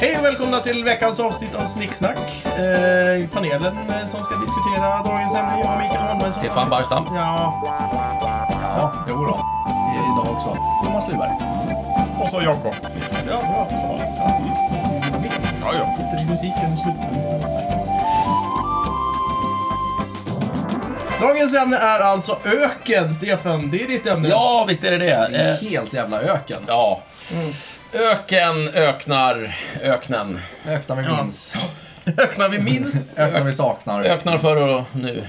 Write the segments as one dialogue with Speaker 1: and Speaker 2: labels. Speaker 1: Hej och välkomna till veckans avsnitt av Snicksnack. Eh, I panelen eh, som ska diskutera dagens ämne, jag och Mikael Holmberg.
Speaker 2: Stefan Barstam.
Speaker 1: Ja,
Speaker 2: Ja, jo då. Det är Idag också. Thomas Luberg.
Speaker 3: Och så Jakob.
Speaker 1: ja bra. Som vanligt. Ja.
Speaker 3: Ja, ja.
Speaker 1: Sätter musiken och slutar. Dagens ämne är alltså öken, Stefan. Det är ditt ämne.
Speaker 2: Ja, visst är det det. Eh,
Speaker 4: Helt jävla öken.
Speaker 2: ja. Öken, öknar, öknen.
Speaker 4: Öknar vi
Speaker 1: Ja.
Speaker 4: minns.
Speaker 1: Öknar vi minns.
Speaker 4: Öknar vi saknar.
Speaker 2: Öknar förr och nu.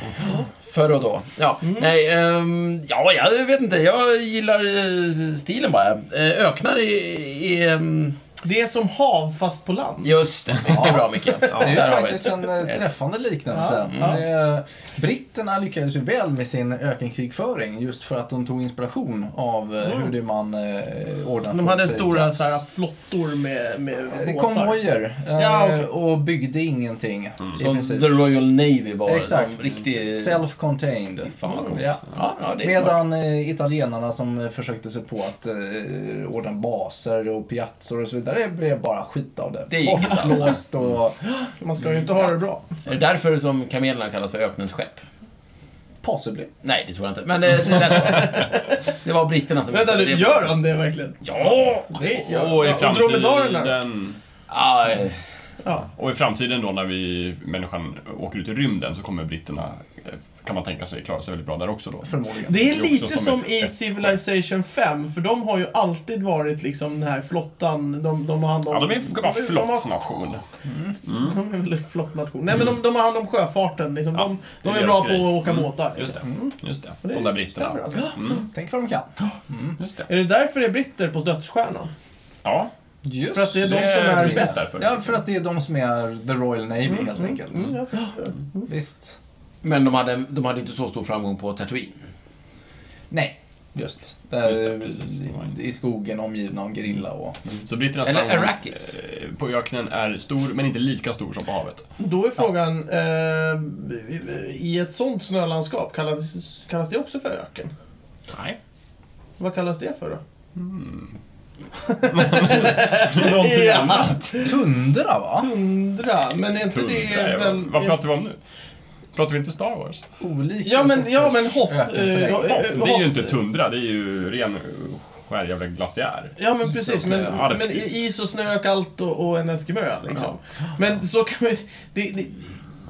Speaker 2: Förr och då. Ja, nej, ehm, ja, jag vet inte. Jag gillar eh, stilen bara. Eh, öknar i... i ehm,
Speaker 1: Det är som hav fast på land.
Speaker 2: just det. Det är bra, Micke.
Speaker 4: Det är ju
Speaker 2: Där har vi
Speaker 4: faktiskt en eh, träffande liknelse. Mm.
Speaker 1: Ja, ja.
Speaker 4: Det är- Britterna lyckades ju väl med sin ökenkrigföring just för att de tog inspiration av eh, hur det man eh, ordnade
Speaker 1: Mm. De
Speaker 4: för
Speaker 1: hade
Speaker 4: sig.
Speaker 1: stora så här, flottor med, med
Speaker 4: Eh,
Speaker 1: båtar.
Speaker 4: Konvojer eh,
Speaker 1: Ja, okej.
Speaker 4: och byggde ingenting. i
Speaker 2: Mm. Så
Speaker 4: princip.
Speaker 2: The Royal Navy var
Speaker 4: Exakt.
Speaker 2: en riktig...
Speaker 4: Self-contained.
Speaker 2: Fan vad coolt.
Speaker 4: Ja.
Speaker 2: Ja, ja, det är smart.
Speaker 4: Medan eh, italienarna som eh, försökte sig på att eh, ordna baser och piazzor och så vidare, det blev bara skit av det.
Speaker 2: Det gick inte alls.
Speaker 4: Bortblåst och
Speaker 1: Man ska ju inte ha det bra.
Speaker 2: Är det därför som kamelerna kallas för öknens skepp?
Speaker 4: possibly.
Speaker 2: Nej, det tror jag inte. Men eh, det, det, det var britterna som...
Speaker 1: Vänta nu,
Speaker 2: det-
Speaker 1: gör han det verkligen?
Speaker 2: Ja!
Speaker 1: Det
Speaker 3: Och i
Speaker 1: Och dromedarerna.
Speaker 3: framtiden...
Speaker 2: Ah, eh,
Speaker 1: Ja.
Speaker 3: Och i framtiden då när vi, människan åker ut i rymden så kommer britterna, eh, kan man tänka sig, klara sig väldigt bra där också då.
Speaker 4: Förmodligen.
Speaker 1: Det är
Speaker 3: Det är
Speaker 1: lite
Speaker 3: också
Speaker 1: som,
Speaker 3: som ett-
Speaker 1: i Civilization 5, för de har ju alltid varit liksom den här flottan, de, de har hand om...
Speaker 3: Ja, de är bara
Speaker 1: de-
Speaker 3: flott
Speaker 1: De,
Speaker 3: som nation.
Speaker 1: har- de är väl en flott nation. Nej men de, de har hand om sjöfarten, liksom.
Speaker 3: Ja,
Speaker 1: de, de
Speaker 3: det är
Speaker 1: är
Speaker 3: deras
Speaker 1: bra på
Speaker 3: grej. Mm.
Speaker 1: att åka båtar.
Speaker 3: Just det, just det.
Speaker 1: Och Mm. det stämmer
Speaker 3: De där britterna.
Speaker 1: alltså.
Speaker 3: Mm,
Speaker 4: Tänk vad de kan.
Speaker 3: just det.
Speaker 1: Är det därför det är britter på dödsstjärnan?
Speaker 3: Ja,
Speaker 4: Just
Speaker 1: För att det är de
Speaker 3: det
Speaker 1: som är
Speaker 3: precis
Speaker 1: bäst?
Speaker 3: därför.
Speaker 4: Ja, för att det är de som är the Royal Navy helt enkelt.
Speaker 1: Mm, jag tror det.
Speaker 4: Visst.
Speaker 2: men de hade, de hade inte så stor framgång på Tatooine.
Speaker 4: Nej, just. Där,
Speaker 3: Just det, precis.
Speaker 4: I skogen omgivna av gerilla och...
Speaker 3: Så britternas
Speaker 2: Eller
Speaker 3: framgång,
Speaker 2: Arrakis.
Speaker 3: eh, på öknen är stor, men inte lika stor som på havet.
Speaker 1: Då är frågan, eh, i ett sånt snölandskap, kallas, kallas det också för öken?
Speaker 3: Nej.
Speaker 1: Vad kallas det för då?
Speaker 3: Någonting
Speaker 1: Ja.
Speaker 3: annat.
Speaker 4: Tundra va?
Speaker 1: Tundra, men är inte det
Speaker 3: Tundra,
Speaker 1: väl...
Speaker 3: Vad pratar vi om nu? Pratar vi inte Star Wars?
Speaker 4: Olika
Speaker 1: Ja men, ja
Speaker 4: sorters
Speaker 1: men hopp.
Speaker 4: ökenterräng.
Speaker 1: eh,
Speaker 3: Hopp,
Speaker 1: eh,
Speaker 3: det är ju
Speaker 1: hopp.
Speaker 3: inte tundra, det är ju ren eh, skär jävla glaciär.
Speaker 1: Ja men precis, men,
Speaker 2: snö,
Speaker 3: ja.
Speaker 1: men i- is och snö, kallt och, och en eskimö liksom. Men så kan man ju- det, det,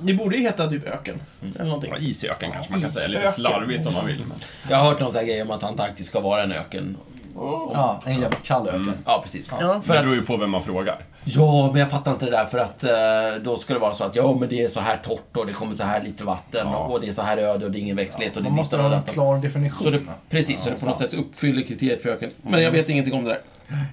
Speaker 1: det borde ju heta typ öken. Eller någonting.
Speaker 3: Mm. Ja, Isöken kanske man kan säga, lite
Speaker 1: Isöken.
Speaker 3: slarvigt om man vill. Men...
Speaker 2: Jag har hört någon sån här grej om att Antarktis ska vara en öken.
Speaker 4: Ja, en jävligt kall öken.
Speaker 2: Ja, precis.
Speaker 1: Ja.
Speaker 2: För
Speaker 3: det
Speaker 2: att,
Speaker 3: beror ju på vem man frågar.
Speaker 2: ja, men jag fattar inte det där för att eh, då ska det vara så att ja, men det är så här torrt och det kommer så här lite vatten
Speaker 3: Ja.
Speaker 2: och det är så här öde och det är ingen växtlighet och det
Speaker 4: Man
Speaker 2: är
Speaker 4: måste
Speaker 2: ditt och
Speaker 4: ha en
Speaker 2: datten.
Speaker 4: klar definition.
Speaker 2: Så det, precis, så det på något sätt uppfyller kriteriet för öken. Men
Speaker 3: Mm.
Speaker 2: jag vet ingenting om det där.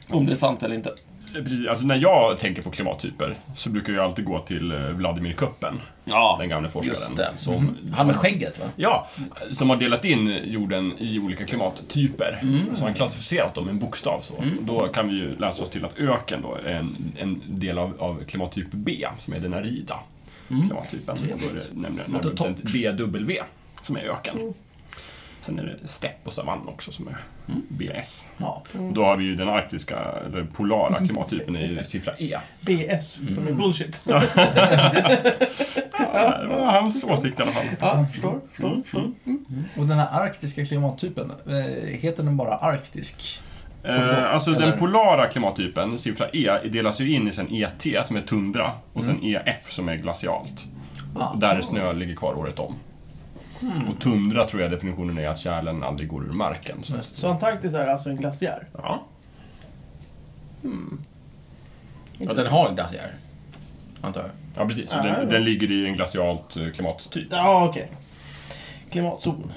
Speaker 2: Om det är sant eller inte.
Speaker 3: Precis, alltså när jag tänker på klimattyper så brukar jag alltid gå till eh, Vladimir Köppen,
Speaker 2: Ja,
Speaker 3: den gamle
Speaker 2: just
Speaker 3: forskaren.
Speaker 2: det. Mm.
Speaker 3: Som,
Speaker 2: Han med skägget, va?
Speaker 3: ja, som har delat in jorden i olika klimattyper.
Speaker 2: Mm.
Speaker 3: Så han klassificerat dem med en bokstav. Så. Då kan vi ju läsa oss till att öken då är en, en del av, av klimattyp B, som är den arida klimattypen. Då är det nämligen närmare
Speaker 2: Mm. torrt. Mm.
Speaker 3: bestämt BW, som är öken. Sen är det stepp och savann också, som är
Speaker 2: Mm.
Speaker 3: BS.
Speaker 4: Ja.
Speaker 1: Mm.
Speaker 3: Då har vi ju den arktiska, eller polara klimattypen är ju siffra E.
Speaker 1: BS, som
Speaker 3: Mm.
Speaker 1: är bullshit.
Speaker 3: Ja, det var hans åsikt i alla fall.
Speaker 1: Ja, förstår.
Speaker 3: Mm.
Speaker 1: förstår, förstår.
Speaker 4: Och den här arktiska klimattypen, eh, heter den bara arktisk?
Speaker 3: Eh, alltså
Speaker 2: Eller?
Speaker 3: den polara klimattypen, siffra E, delas ju in i sen ET som är tundra och
Speaker 1: Mm.
Speaker 3: sen EF som är glacialt.
Speaker 4: Ah.
Speaker 3: Och där är snö ligger kvar året om.
Speaker 1: Mm.
Speaker 3: Och tundra tror jag definitionen är att kärlen aldrig går ur marken. Så.
Speaker 1: Så Antarktis är alltså en glaciär?
Speaker 3: Ja.
Speaker 2: Ja, den har en glaciär. Antar jag.
Speaker 3: ja, precis. Så
Speaker 1: Ah, ja.
Speaker 3: den, den ligger i en glacialt eh, klimattyp.
Speaker 1: Ja, okej. Klimatzon.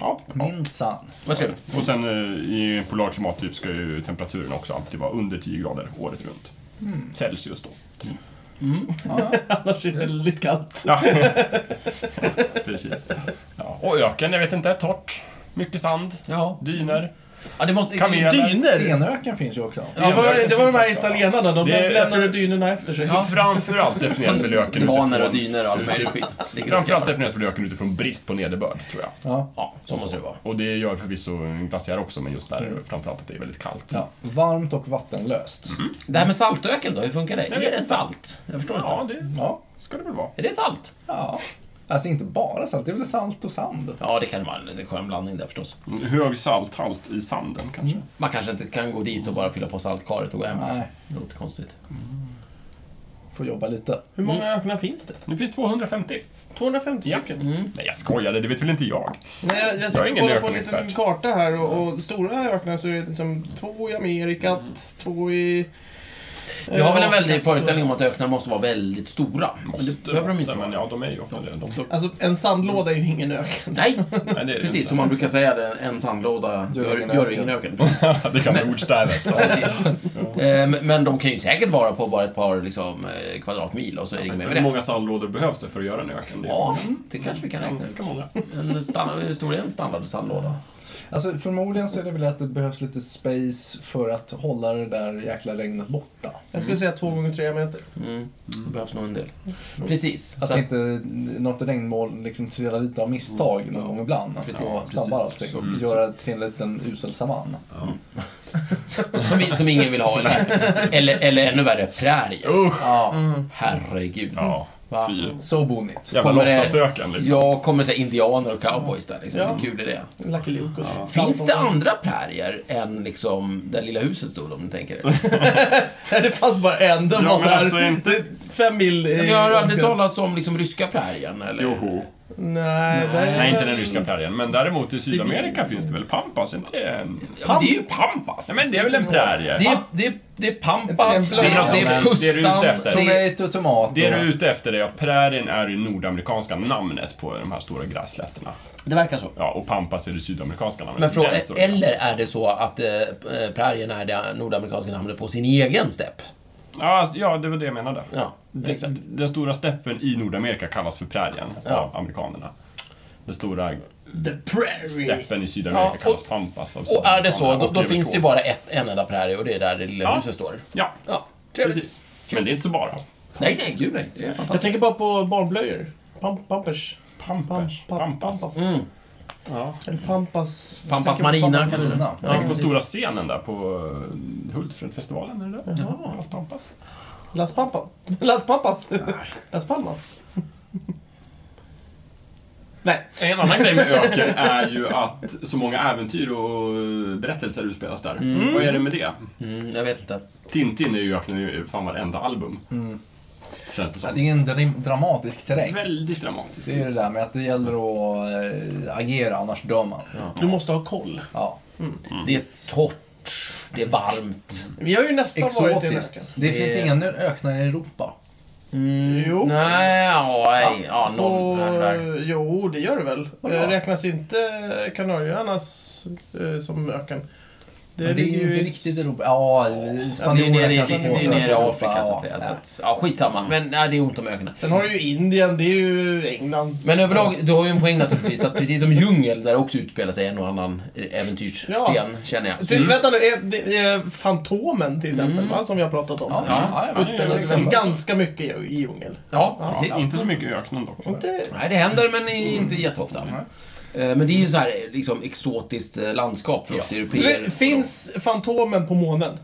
Speaker 1: Ja.
Speaker 4: Minsann.
Speaker 2: Vad trevligt.
Speaker 3: Och sen eh, i en polar klimattyp ska ju temperaturen också alltid vara under 10 grader året runt.
Speaker 1: Mm.
Speaker 3: Celsius då.
Speaker 1: Annars är det väldigt kallt.
Speaker 3: Ja. Precis. Ja. Och öken, jag vet inte, torrt. Mycket sand,
Speaker 2: Ja.
Speaker 3: dyner.
Speaker 2: Ja, det måste...
Speaker 3: Kamel.
Speaker 1: Dyner!
Speaker 4: Stenöken finns ju också.
Speaker 1: Det var, det var de här italienarna, de
Speaker 3: Det-
Speaker 1: lämnade dynorna efter sig.
Speaker 3: Ja. Framförallt definieras väl öken
Speaker 2: Libaner och dyner och all möjlig skit. Ligger och
Speaker 3: Framförallt
Speaker 2: skräpar.
Speaker 3: definieras väl öken utifrån brist på nederbörd, tror jag.
Speaker 4: Ja.
Speaker 2: Ja, Mm. så måste det vara.
Speaker 3: Och det gör förvisso en glaciär också, men just där är det framförallt att det är väldigt kallt.
Speaker 4: Ja. Varmt och vattenlöst.
Speaker 2: Det här med saltöken då, hur funkar det?
Speaker 3: Jag vet
Speaker 2: Är det
Speaker 3: inte.
Speaker 2: salt? Jag förstår inte.
Speaker 3: Ja, det
Speaker 4: Ja.
Speaker 3: ska det väl vara.
Speaker 2: Är det salt?
Speaker 4: ja. Alltså inte bara salt, det är väl salt och sand.
Speaker 2: Ja, det kan det vara. Det är en skön blandning där förstås.
Speaker 3: En Hög salthalt i sanden kanske.
Speaker 2: Man kanske inte kan gå dit och bara fylla på saltkaret och gå hem.
Speaker 4: Nej.
Speaker 2: liksom. Det låter konstigt.
Speaker 4: Får jobba lite.
Speaker 1: Hur många
Speaker 3: Mm.
Speaker 1: öknar finns det?
Speaker 3: Nu finns 250.
Speaker 1: 250
Speaker 3: Ja.
Speaker 1: stycken?
Speaker 2: Mm.
Speaker 3: Nej, jag skojade. Det vet väl inte jag.
Speaker 1: Nej, jag, jag
Speaker 3: Jag är
Speaker 1: sitter och
Speaker 3: ingen
Speaker 1: kollar på en liten
Speaker 3: ökenexpert.
Speaker 1: karta här och, och stora öknar så är det liksom två i Amerika,
Speaker 3: Mm.
Speaker 1: två i... eh,
Speaker 2: Vi har väl en
Speaker 1: Ja,
Speaker 2: väldig föreställning om att öknar måste vara väldigt stora. Men det behöver de inte
Speaker 3: men
Speaker 2: vara.
Speaker 3: ja, de är ju ofta det. De,
Speaker 1: Alltså, en sandlåda är ju ingen öken.
Speaker 2: Nej,
Speaker 3: nej, det är det
Speaker 2: precis.
Speaker 3: inte.
Speaker 2: Som man brukar säga, det, en sandlåda
Speaker 4: Gör
Speaker 2: gör,
Speaker 4: ingen
Speaker 2: gör
Speaker 4: öken.
Speaker 2: ingen öken.
Speaker 3: det kan vara ordstävet.
Speaker 2: Ja, precis. Eh, men- Men de kan ju säkert vara på bara ett par liksom, eh, kvadratmil och så är det inget mer med
Speaker 3: Hur
Speaker 2: det.
Speaker 3: många sandlådor behövs det för att göra en öken? Det är
Speaker 2: Ja, det kanske vi kan räkna ut.
Speaker 3: ganska många.
Speaker 2: En standard, hur stor är en standard sandlåda?
Speaker 4: Alltså förmodligen så är det väl att det behövs lite space för att hålla det där jäkla regnet borta.
Speaker 1: Jag
Speaker 3: Mm.
Speaker 1: skulle säga två gånger tre meter.
Speaker 2: Mm. Det behövs nog en del.
Speaker 3: Mm.
Speaker 2: Precis.
Speaker 4: Att
Speaker 2: så att-
Speaker 4: inte något regnmoln liksom trillar dit av misstag någon gång ibland.
Speaker 2: Precis.
Speaker 4: och
Speaker 2: Ja,
Speaker 4: sabbar
Speaker 2: precis.
Speaker 4: allting.
Speaker 2: Så-
Speaker 4: Göra till en liten usel savann.
Speaker 2: Som, i- som ingen vill ha. Eller, eller, eller ännu värre, prärie.
Speaker 3: Usch!
Speaker 4: Ja,
Speaker 2: Herregud.
Speaker 3: Ja,
Speaker 2: Va?
Speaker 3: fy.
Speaker 4: så bonigt.
Speaker 3: Jävla
Speaker 2: Kommer det-
Speaker 3: låtsasöken liksom.
Speaker 2: Jag kommer säga indianer och cowboys där. Liksom.
Speaker 1: Ja.
Speaker 2: Hur kul är det?
Speaker 1: Lucky Luke och ja.
Speaker 2: Finns det andra prärier än liksom det lilla huset stod om du tänker dig?
Speaker 1: Det fanns bara en. Den
Speaker 3: Ja,
Speaker 1: var
Speaker 3: men
Speaker 1: där.
Speaker 3: alltså inte...
Speaker 1: Fem mil i
Speaker 2: Vi har aldrig
Speaker 1: omkrets.
Speaker 2: talat om liksom ryska prärien eller?
Speaker 3: Joho.
Speaker 1: Nej, där är
Speaker 3: Nej, inte den ryska prärien. Men däremot i Sydamerika finns det väl pampas? Är inte det en...
Speaker 2: Ja, men det är ju pampas.
Speaker 3: Ja, men det är väl en prärie?
Speaker 2: det, är, det, är, det är pampas, det
Speaker 1: Inte en
Speaker 2: är,
Speaker 1: blöja,
Speaker 2: det är
Speaker 3: men det är du
Speaker 2: pustan,
Speaker 3: ute efter.
Speaker 2: det är
Speaker 4: Tomato, tomat
Speaker 3: Det du är ute efter är att prärien är det nordamerikanska namnet på de här stora grässlätterna.
Speaker 2: Det verkar så.
Speaker 3: Ja, och pampas är det sydamerikanska namnet.
Speaker 2: Men fråga,
Speaker 3: Den stora
Speaker 2: eller är det så att eh, prärien är det nordamerikanska namnet på sin egen stepp?
Speaker 3: Ja, alltså, ja, det var det jag menade.
Speaker 2: Ja,
Speaker 3: D-
Speaker 2: exakt.
Speaker 3: d- Den stora steppen i Nordamerika kallas för prärien
Speaker 2: Ja.
Speaker 3: av amerikanerna. Den stora
Speaker 1: The Prairie.
Speaker 3: steppen i Sydamerika
Speaker 2: Ja, och-
Speaker 3: kallas pampas av
Speaker 2: Och är det så,
Speaker 3: sydamerikanerna.
Speaker 2: då,
Speaker 3: Och
Speaker 2: då
Speaker 3: är väl
Speaker 2: finns det
Speaker 3: så.
Speaker 2: ju bara ett, en enda prärie och det är där det lilla
Speaker 3: Ja.
Speaker 2: huset står.
Speaker 3: Ja,
Speaker 2: Ja, trevligt.
Speaker 3: precis. Men det är inte så bara.
Speaker 2: Nej, nej, gud nej. Det är
Speaker 1: Jag
Speaker 2: fantastiskt.
Speaker 1: tänker bara på barnblöjor. Pam- Pampers.
Speaker 3: Pampers.
Speaker 1: Pam- pam-
Speaker 3: Pampas.
Speaker 1: Pampas.
Speaker 2: Mm.
Speaker 3: Ja.
Speaker 1: Eller Pampas.
Speaker 2: Pampas Marina kanske?
Speaker 4: Marina.
Speaker 2: Ja,
Speaker 3: Tänk på
Speaker 2: precis.
Speaker 3: stora scenen där på eh, Hultsfredfestivalen, är det där? Ja. Pampas.
Speaker 1: Las Pampas. Las Pampas. Las Palmas. Nej.
Speaker 3: En annan grej med öken är ju att så många äventyr och eh, berättelser utspelas där. Vad är det med det?
Speaker 2: Mm, jag vet inte.
Speaker 3: Tintin är ju öknen i fan varenda album. Känns Mm. det
Speaker 4: Ja,
Speaker 3: som.
Speaker 4: Det är en dra- dramatisk terräng.
Speaker 3: Väldigt dramatiskt.
Speaker 4: Det är det där med att det gäller att eh, agera, annars dör man.
Speaker 1: Du måste ha koll.
Speaker 4: Ja.
Speaker 2: Det är torrt, det är varmt.
Speaker 1: Vi har ju nästan varit i en öken.
Speaker 4: Exotiskt. Det
Speaker 2: Det-
Speaker 4: finns inga nö- öknar i Europa.
Speaker 1: Jo.
Speaker 2: Nej, Mm. ja, nej, Oh. ja, noll. nej, det där.
Speaker 1: Och, jo, det gör det väl.
Speaker 4: då?
Speaker 1: Eh, Räknas inte Kanarieöarnas eh, som öken?
Speaker 4: Det, det är ju inte
Speaker 1: i-
Speaker 4: riktigt Europa. Ja,
Speaker 2: Alltså, det är
Speaker 4: spanjorerna
Speaker 2: nere, i-
Speaker 4: kanske
Speaker 2: det är
Speaker 4: påstår att
Speaker 2: nere i
Speaker 4: Europa,
Speaker 2: Afrika så att säga.
Speaker 4: ja.
Speaker 2: Så att, ja, skitsamma. Men nej, det är ont om öknen.
Speaker 1: Sen har du ju Indien, det är ju England.
Speaker 4: Mm.
Speaker 2: Men överlag, du har ju en poäng naturligtvis. Att precis som djungel, där också utspelar sig en och annan eh, äventyrsscen,
Speaker 1: Ja. Typ.
Speaker 2: känner jag. Mm.
Speaker 1: Du, Vänta nu, är, det är Fantomen till exempel, va, som vi har pratat om.
Speaker 4: Mm. Ja, ja, ja, liksom-
Speaker 1: Utspelar sig
Speaker 4: ja, ja.
Speaker 1: ganska mycket i i djungel.
Speaker 2: Ja, precis.
Speaker 3: Ja, Inte så mycket i öknen dock.
Speaker 1: Inte...
Speaker 2: Nej, det händer, men i- inte jätteofta. Eh, Men det är ju så här eh, liksom, exotiskt eh, landskap för oss
Speaker 1: Fin-
Speaker 2: européer.
Speaker 1: Finns Fantomen på månen?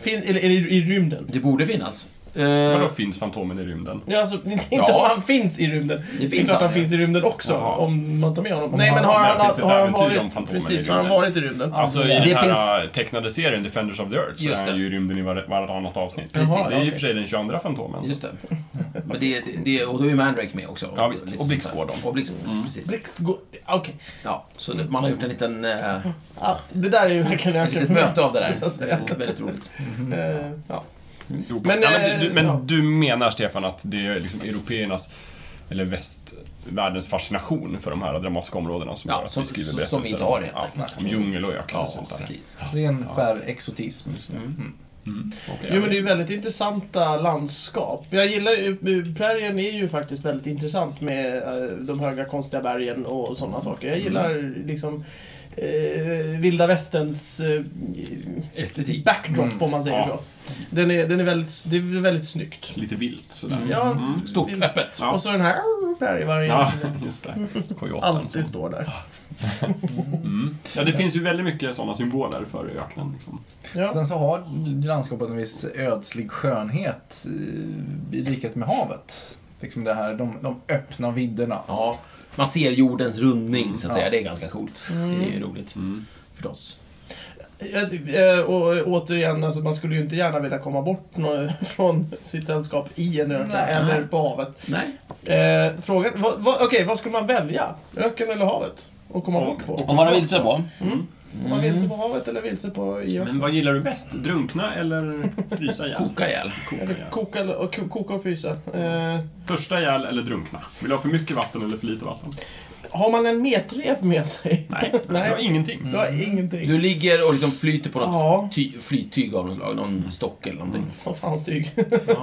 Speaker 1: Fin, eller är det i rymden?
Speaker 2: Det borde finnas. Eh,
Speaker 3: Vadå finns Fantomen i rymden?
Speaker 1: Ja, alltså, det är inte
Speaker 2: Ja.
Speaker 1: om han finns i rymden.
Speaker 2: Det
Speaker 1: Det är
Speaker 2: finns
Speaker 1: klart han
Speaker 2: han, ja.
Speaker 1: finns i rymden också,
Speaker 3: Jaha.
Speaker 1: om man tar med honom.
Speaker 4: Om
Speaker 1: Nej,
Speaker 4: han-
Speaker 1: men har
Speaker 3: Men
Speaker 1: han,
Speaker 3: finns det
Speaker 1: har han
Speaker 3: ett äventyr om
Speaker 1: varit...
Speaker 3: Fantomen i
Speaker 1: Precis, har
Speaker 3: rymden?
Speaker 1: han varit i rymden?
Speaker 3: Alltså i
Speaker 4: Det
Speaker 3: den här
Speaker 2: finns-
Speaker 3: äh, tecknade serien Defenders of the Earth så
Speaker 2: Just
Speaker 3: är
Speaker 2: det.
Speaker 3: han ju i rymden i var- varannat avsnitt.
Speaker 2: Precis.
Speaker 3: Det är i
Speaker 1: okej.
Speaker 3: och för sig den 22 Fantomen.
Speaker 2: Just det. Men det, det, det. Och då är ju Mandrake med också.
Speaker 3: Ja, visst.
Speaker 2: Lite
Speaker 3: Och Blixtgården.
Speaker 2: sånt där. Och Blixtgården, precis.
Speaker 1: Blixt går- Okej.
Speaker 2: Ja, så det, man har gjort en liten... Eh,
Speaker 1: Ja, det där är ju verkligen
Speaker 2: ett
Speaker 1: öken
Speaker 2: litet
Speaker 1: för mig.
Speaker 2: möte av det
Speaker 1: Så att
Speaker 2: där.
Speaker 1: säga.
Speaker 2: Eh, Väldigt roligt.
Speaker 3: Mm.
Speaker 1: Eh, ja.
Speaker 3: Jo,
Speaker 1: Men,
Speaker 3: men, ja, men, du,
Speaker 1: eh,
Speaker 3: du, men
Speaker 1: ja.
Speaker 3: du menar Stefan att det är liksom européernas eller västvärldens fascination för de här dramatiska områdena som
Speaker 2: Ja,
Speaker 3: gör att
Speaker 2: som-
Speaker 3: vi skriver
Speaker 2: som
Speaker 3: berättelser.
Speaker 2: vi inte har helt
Speaker 3: ja,
Speaker 2: enkelt.
Speaker 3: Som djungel och öken och
Speaker 2: Ja,
Speaker 3: sånt där.
Speaker 2: precis.
Speaker 4: liksom Ren skär exotism. just nu. Mm.
Speaker 3: Okej.
Speaker 1: Jo men det är ju väldigt intressanta landskap. Jag gillar ju, prärien är ju faktiskt
Speaker 3: Mm.
Speaker 1: väldigt intressant med eh, de höga konstiga bergen och sådana saker. Jag gillar liksom eh, vilda västerns eh,
Speaker 2: Estetik.
Speaker 1: backdrop om man säger
Speaker 3: Ja.
Speaker 1: så. Den är, den är väldigt, det är väldigt snyggt.
Speaker 3: Lite vilt sådär.
Speaker 1: Ja,
Speaker 2: Stort,
Speaker 1: vill-
Speaker 2: öppet.
Speaker 3: Ja.
Speaker 1: Och så den här, där i varje...
Speaker 3: Ja, just det. Kojoten.
Speaker 1: Alltid står där.
Speaker 3: Mm. Ja, det finns ju väldigt mycket sådana symboler för öknen. Liksom.
Speaker 1: Ja.
Speaker 4: Sen så har landskapet en viss ödslig skönhet eh, i likhet med havet. Liksom det här, de, de öppna vidderna.
Speaker 2: Ja, man ser jordens rundning så att
Speaker 4: Ja.
Speaker 2: säga. Det är ganska coolt. Det är ju roligt. Förstås.
Speaker 1: Eh, Och eh, återigen, alltså, man skulle ju inte gärna vilja komma bort nå- från sitt sällskap i en öken
Speaker 4: Nej.
Speaker 1: eller på havet.
Speaker 2: Nej.
Speaker 1: Eh, frågan, vad, vad, okej, vad skulle man välja? Öken eller havet? Och komma bort på?
Speaker 2: Om man är vilse på.
Speaker 1: Om man vilse på havet eller vilse på i öken?
Speaker 3: Men vad gillar du bäst? Drunkna eller frysa ihjäl?
Speaker 2: Koka ihjäl.
Speaker 3: Koka
Speaker 1: Eller
Speaker 3: ihjäl.
Speaker 1: koka, eller, och, ko- koka och frysa. Eh,
Speaker 3: Törsta ihjäl eller drunkna? Vill du ha för mycket vatten eller för lite vatten?
Speaker 1: har man en metrev med sig?
Speaker 3: Nej,
Speaker 1: Nej.
Speaker 3: Nej. Mm. jag har ingenting.
Speaker 1: Jag har ingenting.
Speaker 2: Du ligger och liksom flyter på något
Speaker 1: Ja.
Speaker 2: ty- flyttyg av något slag. Någon stock eller någonting.
Speaker 1: Vad fan styg.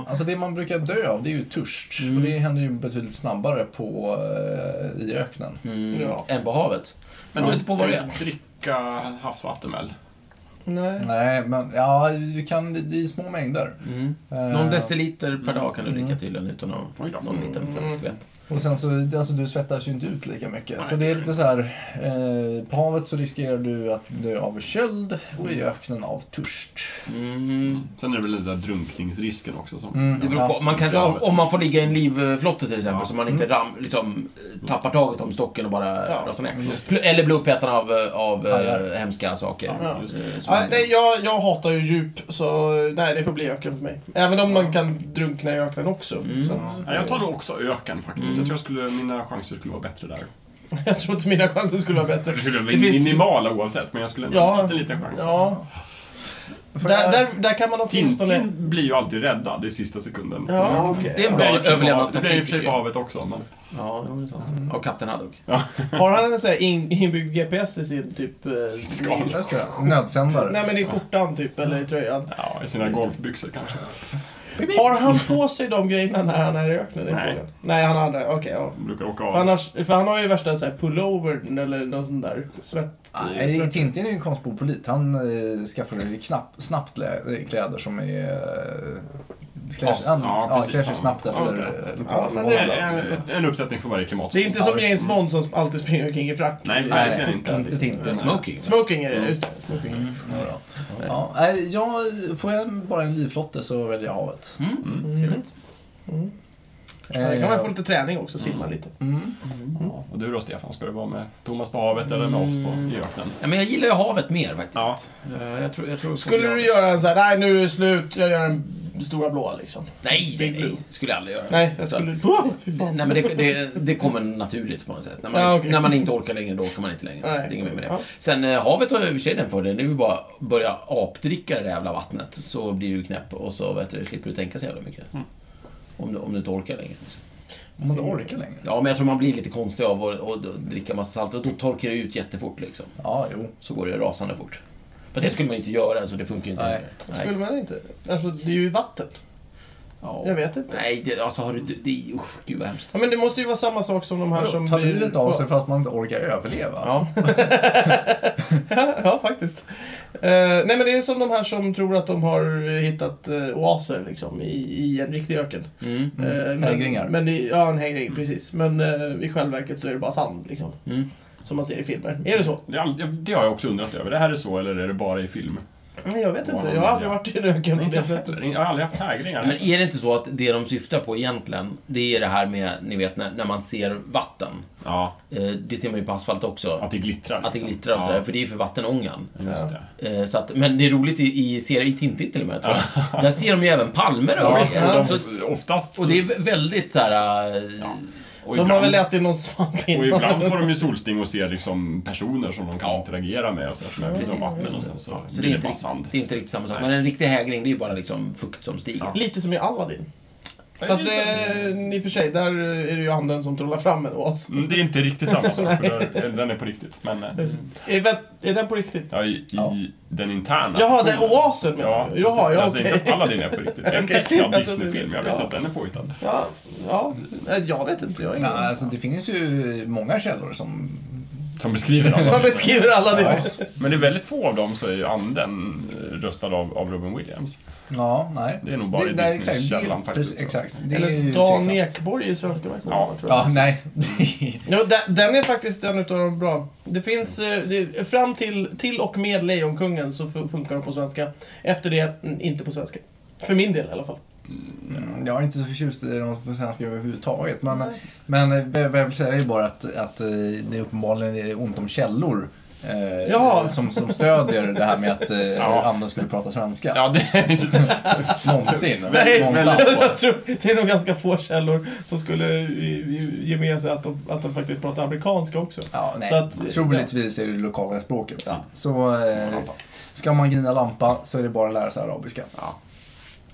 Speaker 4: Alltså det man brukar dö av det är ju törst.
Speaker 2: Mm.
Speaker 4: Och det händer ju betydligt snabbare på, eh, i öknen.
Speaker 2: Mm.
Speaker 1: Ja.
Speaker 2: Än på havet. Men det beror inte på vad det är.
Speaker 3: Dricka havsvatten väl?
Speaker 1: Nej.
Speaker 4: Nej, men ja, du kan i- i små mängder.
Speaker 2: Mm.
Speaker 4: Eh,
Speaker 2: Någon deciliter per dag kan du dricka
Speaker 4: Mm.
Speaker 2: tydligen utan att
Speaker 3: Oj då.
Speaker 2: någon liten fläskvätt.
Speaker 4: Och sen så, alltså du svettas ju inte ut lika mycket. Så det är lite så här, eh, på havet så riskerar du att dö av köld och i öknen av törst.
Speaker 2: Mm.
Speaker 3: Sen är det väl den där drunkningsrisken också. Som...
Speaker 4: Mm,
Speaker 2: Det beror på. Man kanske, om om man får ligga i en livflotte till exempel,
Speaker 3: Ja.
Speaker 2: så man inte ram, liksom, eh, tappar taget om stocken och bara
Speaker 1: Ja.
Speaker 2: rasar ner. Pl- Eller blir uppäten av, eh, av eh,
Speaker 4: Hajar.
Speaker 2: hemska saker.
Speaker 1: Ja.
Speaker 3: Just
Speaker 2: Eh,
Speaker 3: det.
Speaker 2: som-
Speaker 1: Ja, nej, jag, jag hatar ju djup, så nej, det får bli öken för mig. Även om man kan drunkna i öknen också.
Speaker 2: Mm.
Speaker 1: Så att,
Speaker 3: Ja, jag tar nog också öken faktiskt.
Speaker 2: Mm.
Speaker 3: Jag tror jag skulle, mina chanser skulle vara bättre där.
Speaker 1: jag tror inte mina chanser skulle vara bättre.
Speaker 3: Det skulle vara
Speaker 1: Det finns-
Speaker 3: minimala oavsett, men jag skulle ändå ha en liten, liten chans.
Speaker 1: Ja.
Speaker 4: För
Speaker 1: Där,
Speaker 4: jag-
Speaker 1: där, där kan man åtminstone...
Speaker 3: Tintin blir ju alltid räddad i sista sekunden.
Speaker 1: Ja, okej.
Speaker 2: Det är en
Speaker 3: Det är i
Speaker 2: bra
Speaker 3: och för sig på havet- Det
Speaker 2: överlevnadstaktik.
Speaker 3: är i och för sig
Speaker 2: tycker
Speaker 3: på
Speaker 2: jag.
Speaker 3: havet också. Men...
Speaker 2: Ja, jo, det är sant. Och Kapten Haddock.
Speaker 1: Har han en sån här in, inbyggd GPS i sin typ... eh,
Speaker 3: Skal.
Speaker 4: Där ska jag. Nödsändare.
Speaker 1: Nej men i skjortan typ, eller i tröjan.
Speaker 3: Ja, i sina golfbyxor kanske.
Speaker 1: Har han på sig de grejerna när han är i öknen? i
Speaker 3: Nej.
Speaker 1: frågan? Nej, han har andra. Okej, ja.
Speaker 3: De brukar åka
Speaker 1: För,
Speaker 3: av.
Speaker 1: annars, för han har ju värsta så här pullovern eller någon sån där svart...
Speaker 4: Nej, eh, Tintin är ju en konstbopolit. Han eh, skaffade ju knapp, snabbt lä- kläder som är... Eh, klär, sig-
Speaker 2: Ja,
Speaker 4: an-
Speaker 3: ja,
Speaker 4: ja,
Speaker 3: precis.
Speaker 4: klär sig snabbt
Speaker 3: Ja,
Speaker 4: efter
Speaker 3: just det.
Speaker 4: eh, lokala
Speaker 1: Ja, men det-
Speaker 3: En,
Speaker 4: förhållanden.
Speaker 3: en, en uppsättning för varje klimat.
Speaker 1: Det är inte som James Bond som alltid springer omkring i frack.
Speaker 3: Nej,
Speaker 1: Det-
Speaker 3: verkligen
Speaker 4: Nej,
Speaker 3: inte.
Speaker 4: inte Tintin.
Speaker 2: Smoking.
Speaker 1: Smoking är det, just det. Smoking.
Speaker 4: Ja, då. Ja, nej, jag, får jag bara en livflotte så väljer jag havet.
Speaker 2: Mm.
Speaker 1: Mm. Ja, Där kan man få lite träning också, simma lite.
Speaker 4: Eh, Mm.
Speaker 3: Ja, och du då Stefan, ska du vara med Thomas på havet eller med oss på i öknen?
Speaker 2: Ja, men jag gillar ju havet mer faktiskt.
Speaker 3: Ja.
Speaker 2: Eh, Jag tror, jag tror på
Speaker 1: Skulle du
Speaker 2: havet.
Speaker 1: göra en sån här, nej nu är det slut, jag gör en stora blå liksom.
Speaker 2: Nej, nej,
Speaker 1: Big
Speaker 2: nej.
Speaker 1: Blue?
Speaker 2: Skulle jag aldrig göra.
Speaker 1: Nej, jag skulle... Åh, fy fan.
Speaker 2: Nej, men det, det, det kommer naturligt på något sätt. När man,
Speaker 1: Ja, okej.
Speaker 2: när man inte orkar längre, då orkar man inte längre.
Speaker 1: Nej.
Speaker 2: Det är inget mer med det.
Speaker 1: Ja.
Speaker 2: Sen eh, havet har ju i och för sig den fördelen, det är ju bara att börja apdricka det där jävla vattnet. Så blir du knäpp och så vet du, slipper du tänka så jävla mycket.
Speaker 1: Mm.
Speaker 2: Om, du, om du inte orkar längre.
Speaker 4: Om man inte orkar längre.
Speaker 2: Ja, men jag tror man blir lite konstig av att och, dricka massa salt och då torkar det ut jättefort liksom.
Speaker 4: Ja, jo.
Speaker 2: Så går det rasande fort. Men det skulle man ju inte göra, så det funkar ju inte
Speaker 4: Nej.
Speaker 2: heller.
Speaker 1: Skulle man inte? Alltså, det är ju vatten.
Speaker 2: Ja.
Speaker 1: Jag vet inte.
Speaker 2: Nej, det, alltså har du... Det, usch, gud vad hemskt.
Speaker 1: Ja, men det måste ju vara samma sak som de här som...
Speaker 4: Ta
Speaker 1: blir-
Speaker 4: livet av sig för att man inte orkar överleva.
Speaker 2: Ja.
Speaker 1: ja, faktiskt. Eh, nej, men det är som de här som tror att de har hittat eh, oaser liksom, i, i en riktig öken.
Speaker 2: Mm,
Speaker 1: Eh, men-
Speaker 4: hängringar.
Speaker 1: Men det, ja, en hängring, precis. Men eh, i själva verket så är det bara sand, liksom.
Speaker 2: mm.
Speaker 1: Som man ser i filmer. Är det så?
Speaker 3: Det, är all- det har jag också undrat över. Det här är så eller är det bara i film?
Speaker 1: Nej, jag vet inte.
Speaker 3: Wow,
Speaker 1: Jag har aldrig
Speaker 3: ja.
Speaker 1: varit i en öken
Speaker 3: Nej,
Speaker 1: på
Speaker 3: inte
Speaker 1: det
Speaker 3: jag
Speaker 1: sättet.
Speaker 3: heller. Jag har aldrig haft hägringar.
Speaker 2: Men är det inte så att det de syftar på egentligen, det är det här med, ni vet, när, när man ser vatten.
Speaker 3: Ja,
Speaker 2: Eh, det ser man ju på asfalt också.
Speaker 3: att det glittrar.
Speaker 2: Att det
Speaker 3: liksom.
Speaker 2: glittrar och
Speaker 3: Ja,
Speaker 2: sådär, för det är ju för vattenångan.
Speaker 3: Just det.
Speaker 2: Eh, så att, men det är roligt i, i serien, i Tintin till och med, tror jag. Där ser de ju även palmer
Speaker 3: Ja,
Speaker 2: överallt.
Speaker 1: ja.
Speaker 2: så,
Speaker 3: och de, oftast...
Speaker 2: Och det är vä- väldigt såhär... eh,
Speaker 3: och
Speaker 1: De har
Speaker 3: ibland-
Speaker 1: väl ätit någon svamp
Speaker 3: Och ibland får de ju solsting och ser liksom personer som de kan
Speaker 2: Ja.
Speaker 3: interagera med och så här, som är
Speaker 2: Precis.
Speaker 3: inom vatten.
Speaker 2: Men-
Speaker 3: Och sen så,
Speaker 2: Så det är,
Speaker 3: blir det
Speaker 2: inte
Speaker 3: bara
Speaker 2: riktigt,
Speaker 3: sand.
Speaker 2: det är inte riktigt samma sak.
Speaker 3: Nej.
Speaker 2: Men en riktig hägring, det är ju bara liksom fukt som stiger.
Speaker 1: Lite som i Aladdin. Fast
Speaker 3: Fast
Speaker 1: det, eh, i och för sig, där är det ju anden som trollar fram en oas.
Speaker 3: Mm, det är inte riktigt samma sak, för där- den är på riktigt. Men, eh,
Speaker 1: Är, vet- är den på riktigt?
Speaker 3: ja, i, i
Speaker 4: Ja.
Speaker 3: den interna.
Speaker 1: Jaha, den oasen menar
Speaker 3: Ja,
Speaker 1: du? Jaha, ja
Speaker 3: jag säger
Speaker 1: okej.
Speaker 3: inte att alla dina är på riktigt. Det är en
Speaker 1: Okej.
Speaker 3: tecknad
Speaker 1: Jag trodde-
Speaker 3: Disney-film, jag vet
Speaker 1: ja.
Speaker 3: att den är påhittad.
Speaker 1: Ja, ja, nej, jag vet inte. Jag har
Speaker 4: Nej,
Speaker 1: ingen
Speaker 4: alltså, det finns ju många källor som
Speaker 3: Som beskriver alltså.
Speaker 1: Man beskriver alla
Speaker 4: Ja,
Speaker 1: det.
Speaker 4: visst.
Speaker 3: Men det är väldigt få av dem så är ju anden eh, röstad av, av Robin Williams.
Speaker 4: ja, nej.
Speaker 3: Det är nog bara i
Speaker 4: nej,
Speaker 3: Disneys
Speaker 4: exakt. Det är-
Speaker 3: källan faktiskt,
Speaker 4: precis, Exakt. Det är
Speaker 1: Eller
Speaker 4: ju
Speaker 1: Dan
Speaker 4: tveksamt.
Speaker 1: Ekborg i Svenska versionen,
Speaker 3: Ja.
Speaker 1: tror jag.
Speaker 4: Ja, nej.
Speaker 1: Ja, den, den är faktiskt en utav de bra. Det finns, eh, det, fram till, till och med Lejonkungen så fu- funkar de på svenska. Efter det, mm, inte på svenska. För min del i alla fall.
Speaker 4: Mm, Jag är inte så förtjust i dem på svenska överhuvudtaget. Men, men eh, vad jag vill säga är bara att, att eh, det uppenbarligen är ont om källor. eh,
Speaker 1: Jaha.
Speaker 4: Som, som stödjer det här med att eh,
Speaker 3: Ja.
Speaker 4: anden skulle prata svenska.
Speaker 3: Ja, det är
Speaker 4: Någonsin.
Speaker 1: Nej,
Speaker 4: någonstans.
Speaker 1: jag tror, det är nog ganska få källor som skulle i- i- ge med sig att de, att de faktiskt pratar amerikanska också.
Speaker 4: Ja, nej.
Speaker 1: Så att-
Speaker 4: Troligtvis är det det lokala språket.
Speaker 1: Ja.
Speaker 4: Så eh, ska man grina lampa så är det bara att lära sig arabiska.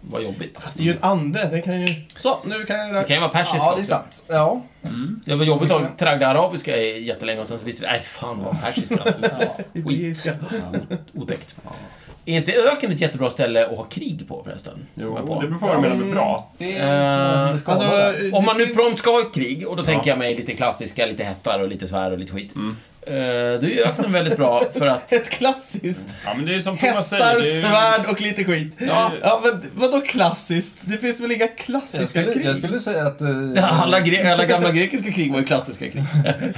Speaker 2: Vad jobbigt.
Speaker 1: Fast det är ju en ande, det kan ju... Så, nu kan jag...
Speaker 2: Det kan ju vara persiskt
Speaker 4: Ja, det är
Speaker 2: också.
Speaker 4: sant. Ja.
Speaker 2: Det var jobbigt att traggla arabiska i jättelänge och sen så visste det, nej fan vad persiska.
Speaker 1: Iberiska.
Speaker 2: Otäckt. Är inte öken ett jättebra ställe att ha krig på förresten? Kommer jag
Speaker 3: Jo,
Speaker 2: på.
Speaker 3: det beror på vad du menar med bra.
Speaker 4: Det är inte så många som blir skadade.
Speaker 1: Alltså,
Speaker 2: Om man nu
Speaker 1: finns-
Speaker 2: prompt ska ha ett krig, och då tänker jag mig lite klassiska, lite hästar och lite svär och lite skit. Mm. Då är ju öknen väldigt bra för att...
Speaker 1: Ett klassiskt.
Speaker 3: Ja, men det är som Thomas
Speaker 1: Hästar,
Speaker 3: säger. Det är,
Speaker 1: svärd och lite skit.
Speaker 3: Ja.
Speaker 1: Ja, men vadå klassiskt? Det finns väl inga klassiska
Speaker 4: jag, skulle,
Speaker 1: krig?
Speaker 4: jag skulle säga att eh,
Speaker 2: Alla, gre- alla gamla grekiska krig var ju klassiska krig.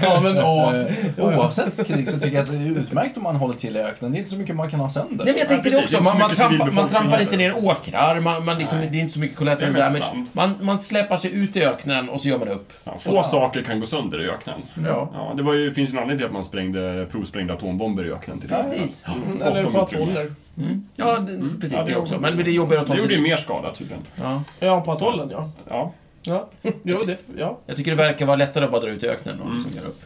Speaker 1: Ja, men åh.
Speaker 4: eh, oavsett krig så tycker jag att det är utmärkt om man håller till i öknen. Det är inte så mycket man kan ha sönder.
Speaker 2: Nej, men jag tänkte
Speaker 3: precis.
Speaker 2: det också.
Speaker 3: Det är inte så
Speaker 2: Man, man, trampar,
Speaker 3: mycket
Speaker 2: man
Speaker 3: civilbefolkning
Speaker 2: trampar inte
Speaker 3: heller.
Speaker 2: ner åkrar, man, man liksom, det är inte så mycket collateral
Speaker 3: Det är
Speaker 2: damage.
Speaker 3: sant.
Speaker 2: Man, man släpar sig ut i öknen och så gör man upp.
Speaker 3: ja, få saker kan gå sönder i öknen.
Speaker 4: Ja.
Speaker 3: Ja, det var ju, finns ju en anledning till att man sprängde, provsprängde atombomber i öknen till exempel.
Speaker 2: Precis.
Speaker 1: Mm,
Speaker 3: Gott
Speaker 1: Eller
Speaker 3: om
Speaker 1: bara
Speaker 3: utrymme.
Speaker 1: atoller.
Speaker 2: Mm. Ja, det, precis
Speaker 3: Mm. Ja, det
Speaker 2: det,
Speaker 3: gjorde
Speaker 2: också.
Speaker 3: man
Speaker 2: Men
Speaker 3: så.
Speaker 2: det är jobbigare att
Speaker 3: Det
Speaker 2: ta sig
Speaker 3: gjorde ju
Speaker 2: dit.
Speaker 3: mer skada tydligen.
Speaker 2: Ja.
Speaker 1: Ja, på atollen ja.
Speaker 3: Ja.
Speaker 1: Ja, jo det, ja.
Speaker 2: Jag tycker det verkar vara lättare att bara dra ut i öknen och
Speaker 3: Mm.
Speaker 2: liksom göra upp.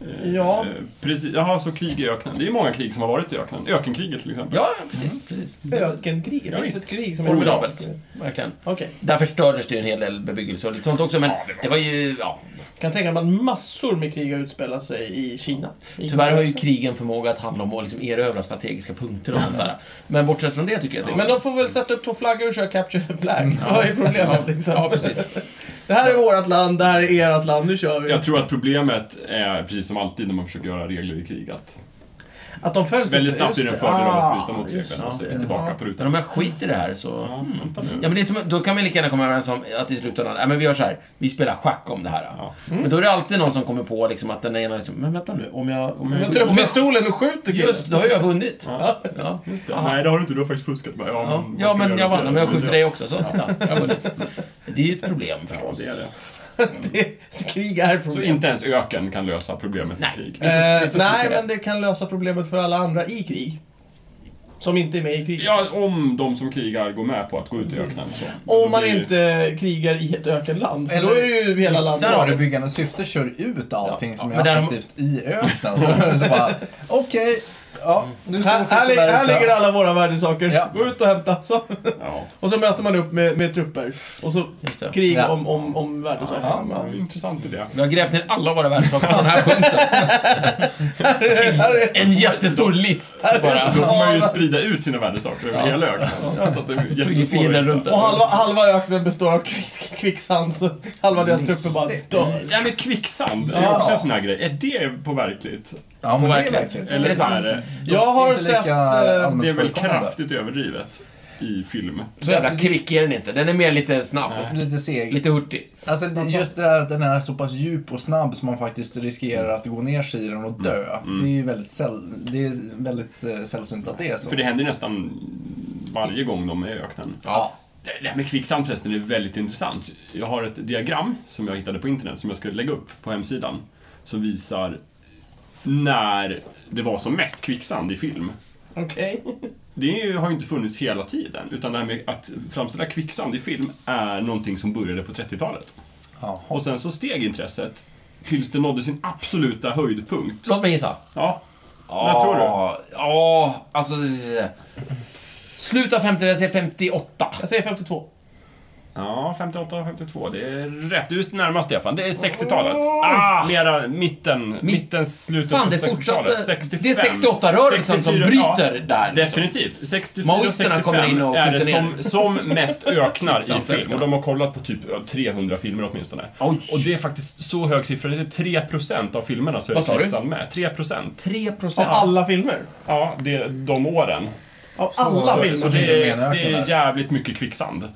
Speaker 3: Eh,
Speaker 1: Ja.
Speaker 3: eh, Precis. Jaha, så krig i öknen. Det är ju många krig som har varit i öknen. Ökenkriget till exempel.
Speaker 2: Ja, ja, precis. precis.
Speaker 1: Ökenkrig. Det
Speaker 3: Mm. Ja,
Speaker 1: finns
Speaker 3: visst.
Speaker 1: ett krig som är-
Speaker 2: Formidabelt. Verkligen.
Speaker 1: Okej.
Speaker 2: Där förstördes det ju en hel del bebyggelse och lite sånt också, men det var ju... Ja,
Speaker 1: Kan tänka mig att massor med krig har utspelat sig i Kina. I
Speaker 2: tyvärr har ju krigen förmåga att handla om att liksom erövra strategiska punkter och sånt där. Men bortsett från det tycker jag att det
Speaker 1: Men de får väl sätta upp två flaggor och köra Capture the Flag. Vad är problemet liksom?
Speaker 2: Ja, precis.
Speaker 1: Det här är vårt land, det här är ert land, nu kör vi.
Speaker 3: Jag tror att problemet är, precis som alltid när man försöker göra regler i krig, att
Speaker 1: Att de följs
Speaker 3: väldigt
Speaker 1: inte,
Speaker 3: snabbt är
Speaker 1: just
Speaker 3: det en fördel av att
Speaker 1: Ah,
Speaker 3: bryta mot
Speaker 1: just
Speaker 3: reglerna och så är
Speaker 1: det.
Speaker 3: vi tillbaka på
Speaker 2: Men
Speaker 3: rutan.
Speaker 2: om jag skiter i det här så...
Speaker 3: Ja, vänta nu.
Speaker 2: Ja, men det är som, då kan vi lika gärna komma överens om att i slutändan, nej men vi gör så här, vi spelar schack om det här.
Speaker 3: Ja.
Speaker 2: Men då är det alltid någon som kommer på liksom att den ena liksom, men vänta nu, om jag... Om
Speaker 1: Men
Speaker 2: jag,
Speaker 1: Jag tar upp
Speaker 2: om jag
Speaker 1: pistolen och skjuter killen.
Speaker 2: just, då har jag vunnit.
Speaker 3: Ja.
Speaker 2: Ja,
Speaker 3: Just det.
Speaker 2: Aha.
Speaker 3: Nej, det har du inte. Du har faktiskt fuskat. Bara, Ja,
Speaker 2: ja.
Speaker 3: vad
Speaker 2: ja
Speaker 3: ska
Speaker 2: men
Speaker 3: göra
Speaker 2: jag
Speaker 3: åt
Speaker 2: vann,
Speaker 3: det?
Speaker 2: men jag skjuter dig också, så titta, jag har vunnit. Det är ju ett problem
Speaker 3: Ja,
Speaker 2: förstås.
Speaker 3: det är det.
Speaker 1: Det, krig är
Speaker 3: Så
Speaker 1: problem.
Speaker 3: inte ens öken kan lösa problemet med
Speaker 2: Nej.
Speaker 3: krig?
Speaker 2: vi
Speaker 1: Eh,
Speaker 2: får
Speaker 1: nej,
Speaker 2: skjuta det.
Speaker 1: men det kan lösa problemet för alla andra i krig. Som inte är med i krig.
Speaker 3: Ja, om de som krigar går med på att gå ut i öknen. Så. Då
Speaker 1: Om man
Speaker 3: blir ju-
Speaker 1: inte krigar i ett ökenland. Eller,
Speaker 4: Eller-
Speaker 1: då är det ju hela landet.
Speaker 2: Där har du-
Speaker 4: förebyggande syfte kör ut allting som är
Speaker 2: men där-
Speaker 4: attraktivt i öknen. Så, så bara, okej, ja, nu står
Speaker 1: Här, här,
Speaker 4: skiten
Speaker 1: li-
Speaker 4: där
Speaker 1: här
Speaker 4: ute.
Speaker 1: ligger alla våra värdesaker.
Speaker 4: Ja.
Speaker 1: Gå ut och hämta. Så.
Speaker 3: Ja.
Speaker 1: Och så möter man upp med, med trupper. Och så
Speaker 2: Just det.
Speaker 1: krig
Speaker 4: Ja.
Speaker 1: om, om, om värdesaker.
Speaker 3: Ja,
Speaker 1: Ja.
Speaker 3: men, intressant idé.
Speaker 2: Vi har grävt ner alla våra världslag på den här punkten.
Speaker 1: Här är- här är-
Speaker 2: En jättestor list bara.
Speaker 3: Då får man ju sprida ut sina värdesaker över
Speaker 2: Ja.
Speaker 3: hela öknen. Så att det är
Speaker 2: Springer
Speaker 3: jättesvårt
Speaker 2: fienden
Speaker 3: att-
Speaker 2: runt
Speaker 1: Och
Speaker 2: där.
Speaker 1: halva, halva öknen består av kvick, kvicksand, så halva deras trupper bara dör.
Speaker 3: Ja men kvicksand, det är
Speaker 1: Ja.
Speaker 3: också en sån här grej. Är det på verkligt?
Speaker 4: Ja, men det är
Speaker 2: Verkligen.
Speaker 4: verkligt.
Speaker 2: Eller är det sant?
Speaker 3: är det,
Speaker 1: Jag har
Speaker 4: Inte lika
Speaker 1: sett... Eh,
Speaker 4: allmänt
Speaker 3: det är väl
Speaker 4: förekommande.
Speaker 3: kraftigt överdrivet i film.
Speaker 2: Så jävla kvick är den inte. Den är mer lite snabb.
Speaker 4: Lite seg.
Speaker 2: Lite hurtig.
Speaker 4: Alltså det- just det här att den är så pass djup och snabb som man faktiskt riskerar att gå ner sig i den och dö. Det är ju väldigt, säll, det är väldigt eh, sällsynt att det är så.
Speaker 3: För det händer ju nästan varje gång de är i öknen.
Speaker 2: Ja.
Speaker 3: Det här med kvicksand förresten är väldigt intressant. Jag har ett diagram som jag hittade på internet som jag ska lägga upp på hemsidan. Som visar när det var som mest kvicksand i film.
Speaker 1: Okej.
Speaker 3: Det är ju- har ju inte funnits hela tiden, utan det här med att framställa kvicksand i film är någonting som började på 30-talet.
Speaker 4: Jaha.
Speaker 3: Och sen så steg intresset tills det nådde sin absoluta höjdpunkt.
Speaker 2: Låt mig gissa.
Speaker 3: Ja, Vad tror du?
Speaker 2: Ja, Ja, alltså... Sluta 50, jag säger 58.
Speaker 1: Jag säger 52.
Speaker 3: Ja, 58 52. Det är rätt. Du är närmast Stefan. Det är 60-talet. Ah, mera mitten, mitten, slutet
Speaker 2: Fan,
Speaker 3: på
Speaker 2: det
Speaker 3: 60-talet.
Speaker 2: fortsatte...
Speaker 3: 65.
Speaker 2: Det är 68-rörelsen som
Speaker 3: 64,
Speaker 2: bryter
Speaker 3: ja.
Speaker 2: där. liksom.
Speaker 3: Definitivt. 64,
Speaker 2: Maoisterna
Speaker 3: 65
Speaker 2: kommer in och
Speaker 3: är det
Speaker 2: skjuter
Speaker 3: som,
Speaker 2: ner.
Speaker 3: som mest öknar i film.
Speaker 2: Svenska.
Speaker 3: Och de har kollat på typ 300 filmer åtminstone.
Speaker 2: Oj.
Speaker 3: Och det är faktiskt så hög siffra. Det är typ 3% av filmerna så är
Speaker 2: Vad sa du?
Speaker 3: Leksand med. 3%.
Speaker 2: 3
Speaker 1: Av
Speaker 2: procent.
Speaker 1: alla filmer?
Speaker 3: Ja, det är de åren.
Speaker 1: Av alla
Speaker 4: så-
Speaker 1: filmer?
Speaker 3: Så
Speaker 4: Så
Speaker 3: det
Speaker 4: finns det
Speaker 3: är,
Speaker 4: en öken
Speaker 3: det är
Speaker 4: där.
Speaker 3: jävligt mycket kvicksand.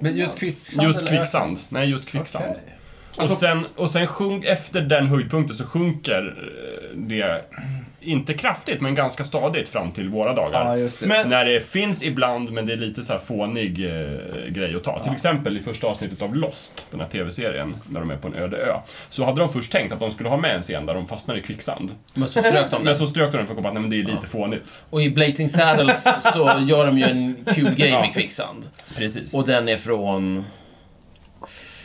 Speaker 4: Men just kvicksand?
Speaker 3: Just
Speaker 4: eller-
Speaker 3: kvicksand. Nej, just kvicksand.
Speaker 4: Okej. Alltså-
Speaker 3: Och sen, och sen sjunk, efter den höjdpunkten så sjunker eh, det, inte kraftigt, men ganska stadigt fram till våra dagar.
Speaker 4: Ja, just det.
Speaker 1: Men-
Speaker 3: När det finns ibland, men det är lite så här fånig eh, grej att ta. Till exempel i första avsnittet av Lost, den här TV-serien, när de är på en öde ö. Så hade de först tänkt att de skulle ha med en scen där de fastnar i kvicksand.
Speaker 2: Men så strök de
Speaker 3: Men
Speaker 2: det.
Speaker 3: så strök de den för att komma på att nej, men det är lite fånigt.
Speaker 2: Och i Blazing Saddles så gör de ju en kul grej med kvicksand.
Speaker 3: Precis.
Speaker 2: Och den är från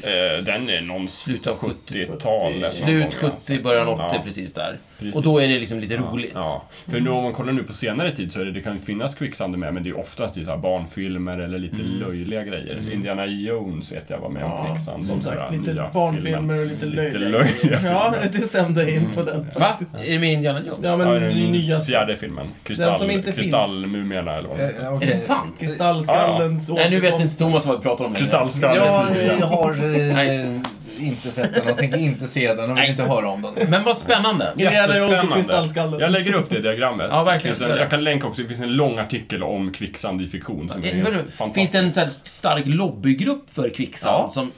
Speaker 3: eh, den är någon
Speaker 2: slutet av 70
Speaker 3: 70-talet.
Speaker 2: Slut 70, början 80,
Speaker 3: Ja.
Speaker 2: precis där.
Speaker 3: Precis.
Speaker 2: Och då är det liksom lite roligt.
Speaker 3: Ja,
Speaker 1: Mm.
Speaker 3: för nu, om man kollar nu på senare tid så är det, det kan ju finnas kvicksand med, men det är ju oftast i så här barnfilmer eller lite
Speaker 1: Mm.
Speaker 3: löjliga grejer. Indiana Jones vet jag var med om kvicksand.
Speaker 1: Som
Speaker 3: i den
Speaker 1: sagt,
Speaker 3: här
Speaker 1: lite
Speaker 3: nya
Speaker 1: barnfilmer
Speaker 3: filmen.
Speaker 1: och lite
Speaker 3: Lite
Speaker 1: löjliga.
Speaker 3: löjliga
Speaker 1: Ja, det stämde in på den.
Speaker 2: Mm. Va? Är det med Indiana Jones?
Speaker 1: Ja, men
Speaker 3: Ja,
Speaker 1: det är ju
Speaker 3: den
Speaker 1: nya
Speaker 3: fjärde filmen. Kristall,
Speaker 1: som inte finns.
Speaker 3: kristallmumierna eller vad det är.
Speaker 4: Eh, okej.
Speaker 2: Är det sant?
Speaker 1: Kristallskallens
Speaker 2: Nej, nu vet
Speaker 1: återkomst.
Speaker 2: inte Thomas vad vi pratar om längre.
Speaker 3: Kristallskalle
Speaker 4: Jag
Speaker 3: är
Speaker 4: eh,
Speaker 3: filmen.
Speaker 4: har eh,
Speaker 2: Nej.
Speaker 4: inte sett den och tänker inte se den och vill
Speaker 2: Nej.
Speaker 4: inte höra om den.
Speaker 2: Men vad spännande.
Speaker 1: Indiana Jones och
Speaker 3: Jättespännande.
Speaker 1: kristallskallen.
Speaker 3: Jag lägger upp det diagrammet.
Speaker 2: Ja, verkligen.
Speaker 3: Det finns en, jag kan länka också, det finns en lång artikel om kvicksand i fiktion som är
Speaker 2: Eh,
Speaker 3: helt
Speaker 2: vadå? Finns
Speaker 3: fantastisk.
Speaker 2: det en så här stark lobbygrupp för kvicksand?
Speaker 3: Ja.
Speaker 2: Som,